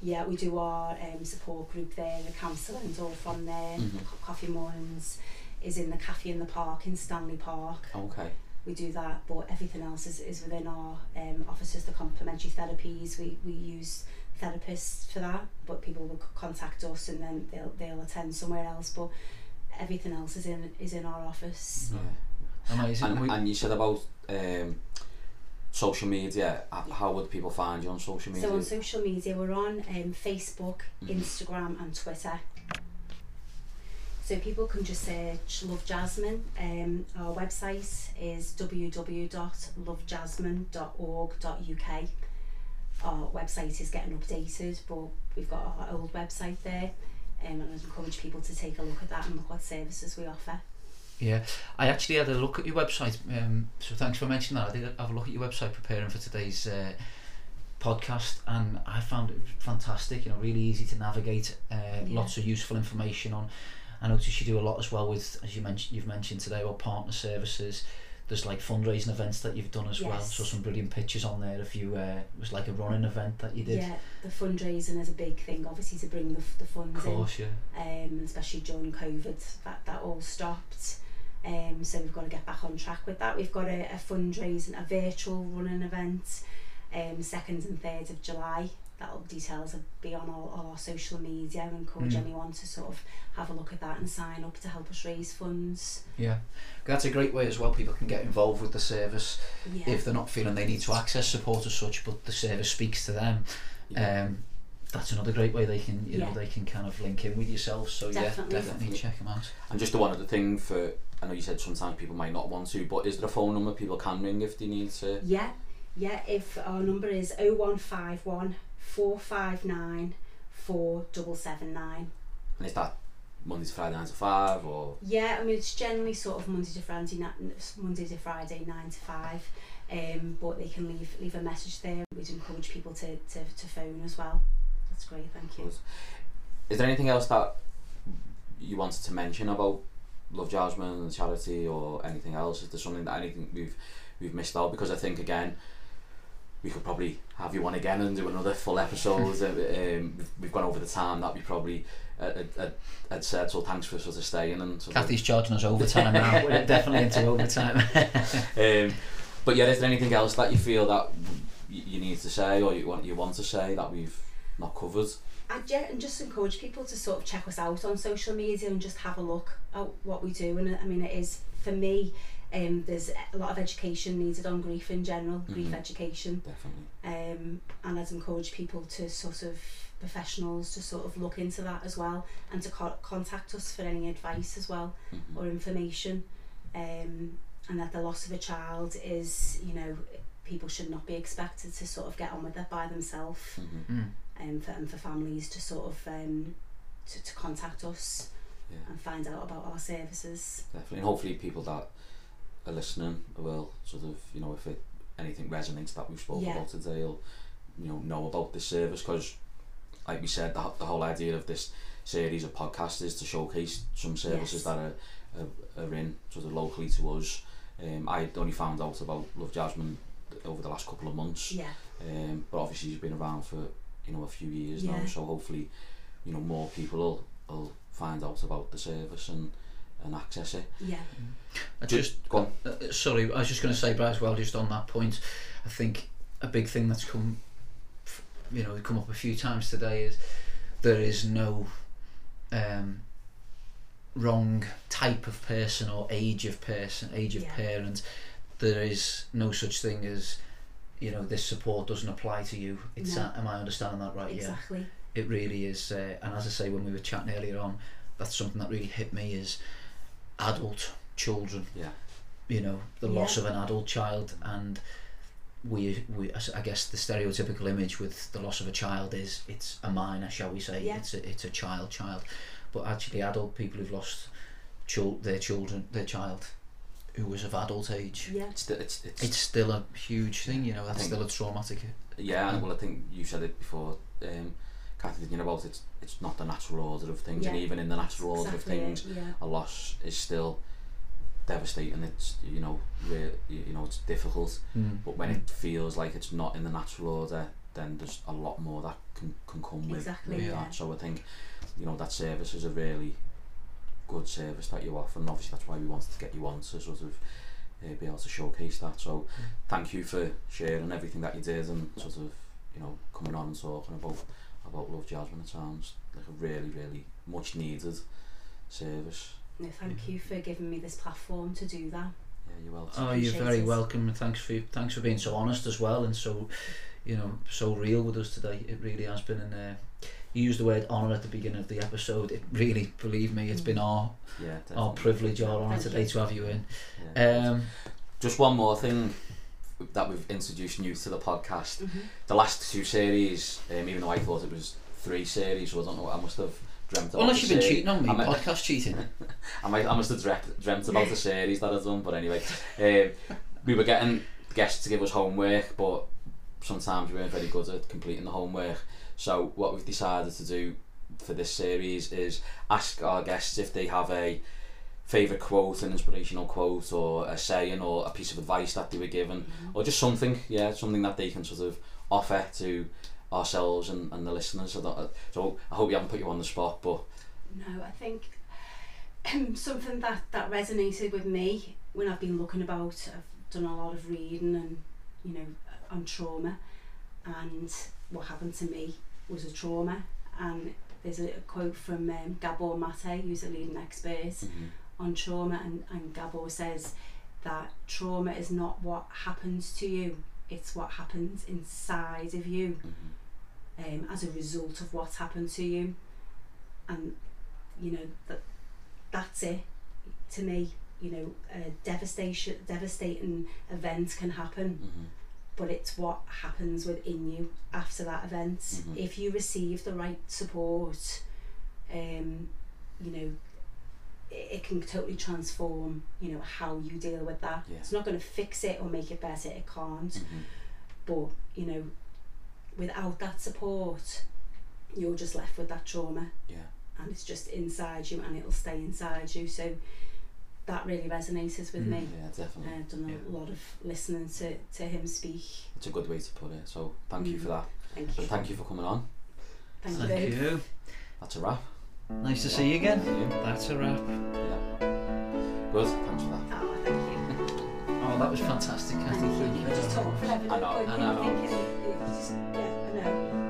yeah, we do our um, support group there. The council and all from there. Mhm. Co- Mm-hmm. Coffee mornings is in the cafe in the park in Stanley Park. Okay. We do that, but everything else is, is within our um, offices. The complementary therapies we, we use therapists for that, but people will c- contact us and then they'll they'll attend somewhere else. But everything else is in is in our office. Yeah. Amazing. And, we, and you said about um, social media. h- How would people find you on social media? So on social media, we're on um, Facebook, Mm-hmm. Instagram, and Twitter. So people can just search Love Jasmine. Um, our website is www.lovejasmine.org.uk. Our website is getting updated, but we've got our old website there. Um, and I'd encourage people to take a look at that and look what services we offer. yeah. I actually had a look at your website. Um, so thanks for mentioning that. I did have a look at your website preparing for today's uh, podcast, and I found it fantastic. You know, really easy to navigate. Uh, Lots of useful information on. I noticed you do a lot as well with, as you mentioned, you've mentioned today, about partner services. There's like fundraising events that you've done as well. Yes. So some brilliant pictures on there. If you uh, it was like a running event that you did. Yeah, the fundraising is a big thing, obviously, to bring the, f- the funds Of in. course, yeah. um, especially during COVID, that, that all stopped. Um, so we've got to get back on track with that. We've got a, a fundraising, a virtual running event, um, 2nd and 3rd of July. That'll details will be on all, all our social media and encourage Mm. anyone to sort of have a look at that and sign up to help us raise funds. Yeah, that's a great way as well. People can get involved with the service Yeah. if they're not feeling they need to access support as such, but the service speaks to them. Yeah. Um, that's another great way they can you know Yeah. they can kind of link in with yourself. So Definitely. yeah, definitely Definitely. check them out. and just the one other thing for. I know you said sometimes people might not want to, but is there a phone number people can ring if they need to? Yeah, yeah. If our number is 0151 459 4779. And is that Monday to Friday nine to five or? Yeah, I mean it's generally sort of Monday to Friday, ni- Monday to Friday, nine to five. Um, but they can leave leave a message there. We'd encourage people to, to, to phone as well. That's great, thank you. Good. Is there anything else that you wanted to mention about Love Jasmine and the charity or anything else? Is there something that anything we've we've missed out? Because I think again, we could probably have you on again and do another full episode. Uh, um, we've- we've gone over the time that we probably uh, uh, had said. So thanks for sort of staying and. Sort of, Kathy's charging us overtime now. We're definitely into overtime. um, but yeah, is there anything else that you feel that you, you need to say or you want you want to say that we've not covered? And, yeah, and just encourage people to sort of check us out on social media and just have a look at what we do. And I mean, it is for me. Um, there's a lot of education needed on grief in general, grief Mhm. education. Definitely. um, and I'd encourage people to sort of professionals to sort of look into that as well and to co- contact us for any advice as well Mhm. or information um, and that the loss of a child is you know people should not be expected to sort of get on with it by themselves Mhm. Mm. um, for, and for families to sort of um, to, to contact us Yeah. and find out about our services Definitely, and hopefully people that are listening will sort of you know if it anything resonates that we've spoken Yeah. about today, will you know know about this service because, like we said, the, ho- the whole idea of this series of podcasts is to showcase some services Yes. that are, are are in sort of locally to us. Um, I only found out about Love Jasmine over the last couple of months. yeah Um, but obviously she's been around for you know a few years now, Yeah. so hopefully you know more people will, will find out about the service and and access it. yeah I Ju- just go on. Uh, sorry, I was just going to say, Brad, as well, just on that point, I think a big thing that's come, f- you know, come up a few times today is there is no um, wrong type of person or age of person, age of Yeah. parent. There is no such thing as, you know, this support doesn't apply to you. It's No. a- am I understanding that right? Yeah exactly it really is uh, and as I say when we were chatting earlier on that's something that really hit me is adult children Yeah. you know the Yeah. loss of an adult child and we, we I s- I guess the stereotypical image with the loss of a child is it's a minor, shall we say? Yeah. It's a, it's a child, child, but actually adult people who've lost chil- their children, their child, who was of adult age. Yeah. It's, the- it's, it's, It's still a huge thing, you know. That's Thing. still a traumatic. yeah. and, Well, I think you said it before, um, Kathy. Didn't you know about it? It's not the natural order of things, and Yeah. even in the natural order Exactly. of things, Yeah. a loss is still devastating. It's you know, re- you you know, it's difficult. But when it feels like it's not in the natural order, then there's a lot more that can, can come with, Exactly, with yeah. that. So I think, you know, that service is a really good service that you offer, and obviously that's why we wanted to get you on to sort of uh, be able to showcase that. So Mm. thank you for sharing everything that you did and sort of, you know, coming on and talking about about Love Jasmine. It sounds like a really, really much needed service. No, thank you for giving me this platform to do that. Yeah, you're welcome. Oh, you're Appreciate very it. welcome, and thanks for thanks for being so honest as well, and so, you know, so real with us today. It really has been an. Uh, you used the word honour at the beginning of the episode. It really, believe me, it's been our yeah, definitely. our privilege, our honour Mm. Thank today you. to have you in. Yeah. Um, Just one more thing that we've introduced new to the podcast. Mm-hmm. The last two series, um, even though I thought it was three series, so I don't know. I must have dreamt about. unless the you've been series. cheating on me, I, might, podcast cheating. I, might, I must have dreamt, dreamt about the series that I've done. But anyway, um, we were getting guests to give us homework, but sometimes we weren't very good at completing the homework. So what we've decided to do for this series is ask our guests if they have a favourite quote, an inspirational quote, or a saying, or a piece of advice that they were given, or just something, yeah, something that they can sort of offer to ourselves and, and the listeners. I don't, so I hope we haven't put you on the spot, but No, I think um, something that, that resonated with me when I've been looking about, I've done a lot of reading and, you know, on trauma and what happened to me was a trauma. And there's a quote from um, Gabor Mate, who's a leading expert on trauma, and, and Gabor says that trauma is not what happens to you, it's what happens inside of you um, as a result of what's happened to you. And, you know, that that's it. To me, you know, a devastation, devastating event can happen, but it's what happens within you after that event. Mhm. If you receive the right support, um, you know, it, it can totally transform, you know, how you deal with that. Yeah. Mm-hmm. It's not going to fix it or make it better, it can't but you know without that support you're just left with that trauma yeah, and it's just inside you and it'll stay inside you so that really resonated with Mm. me Mm-hmm. yeah, definitely. I've done a Yeah. lot of listening to, to him speak It's a good way to put it. So thank you for that, thank you and thank you for coming on. thank, you, Thank both. you. That's a wrap. Nice to see you again. Yeah. That's a wrap. yeah. Good. Thanks for that. Oh, thank you Oh, that was fantastic, Kathy. Thank you. You could just talk forever. I know, Like, I know. thinking, you just- yeah, I know. Oh.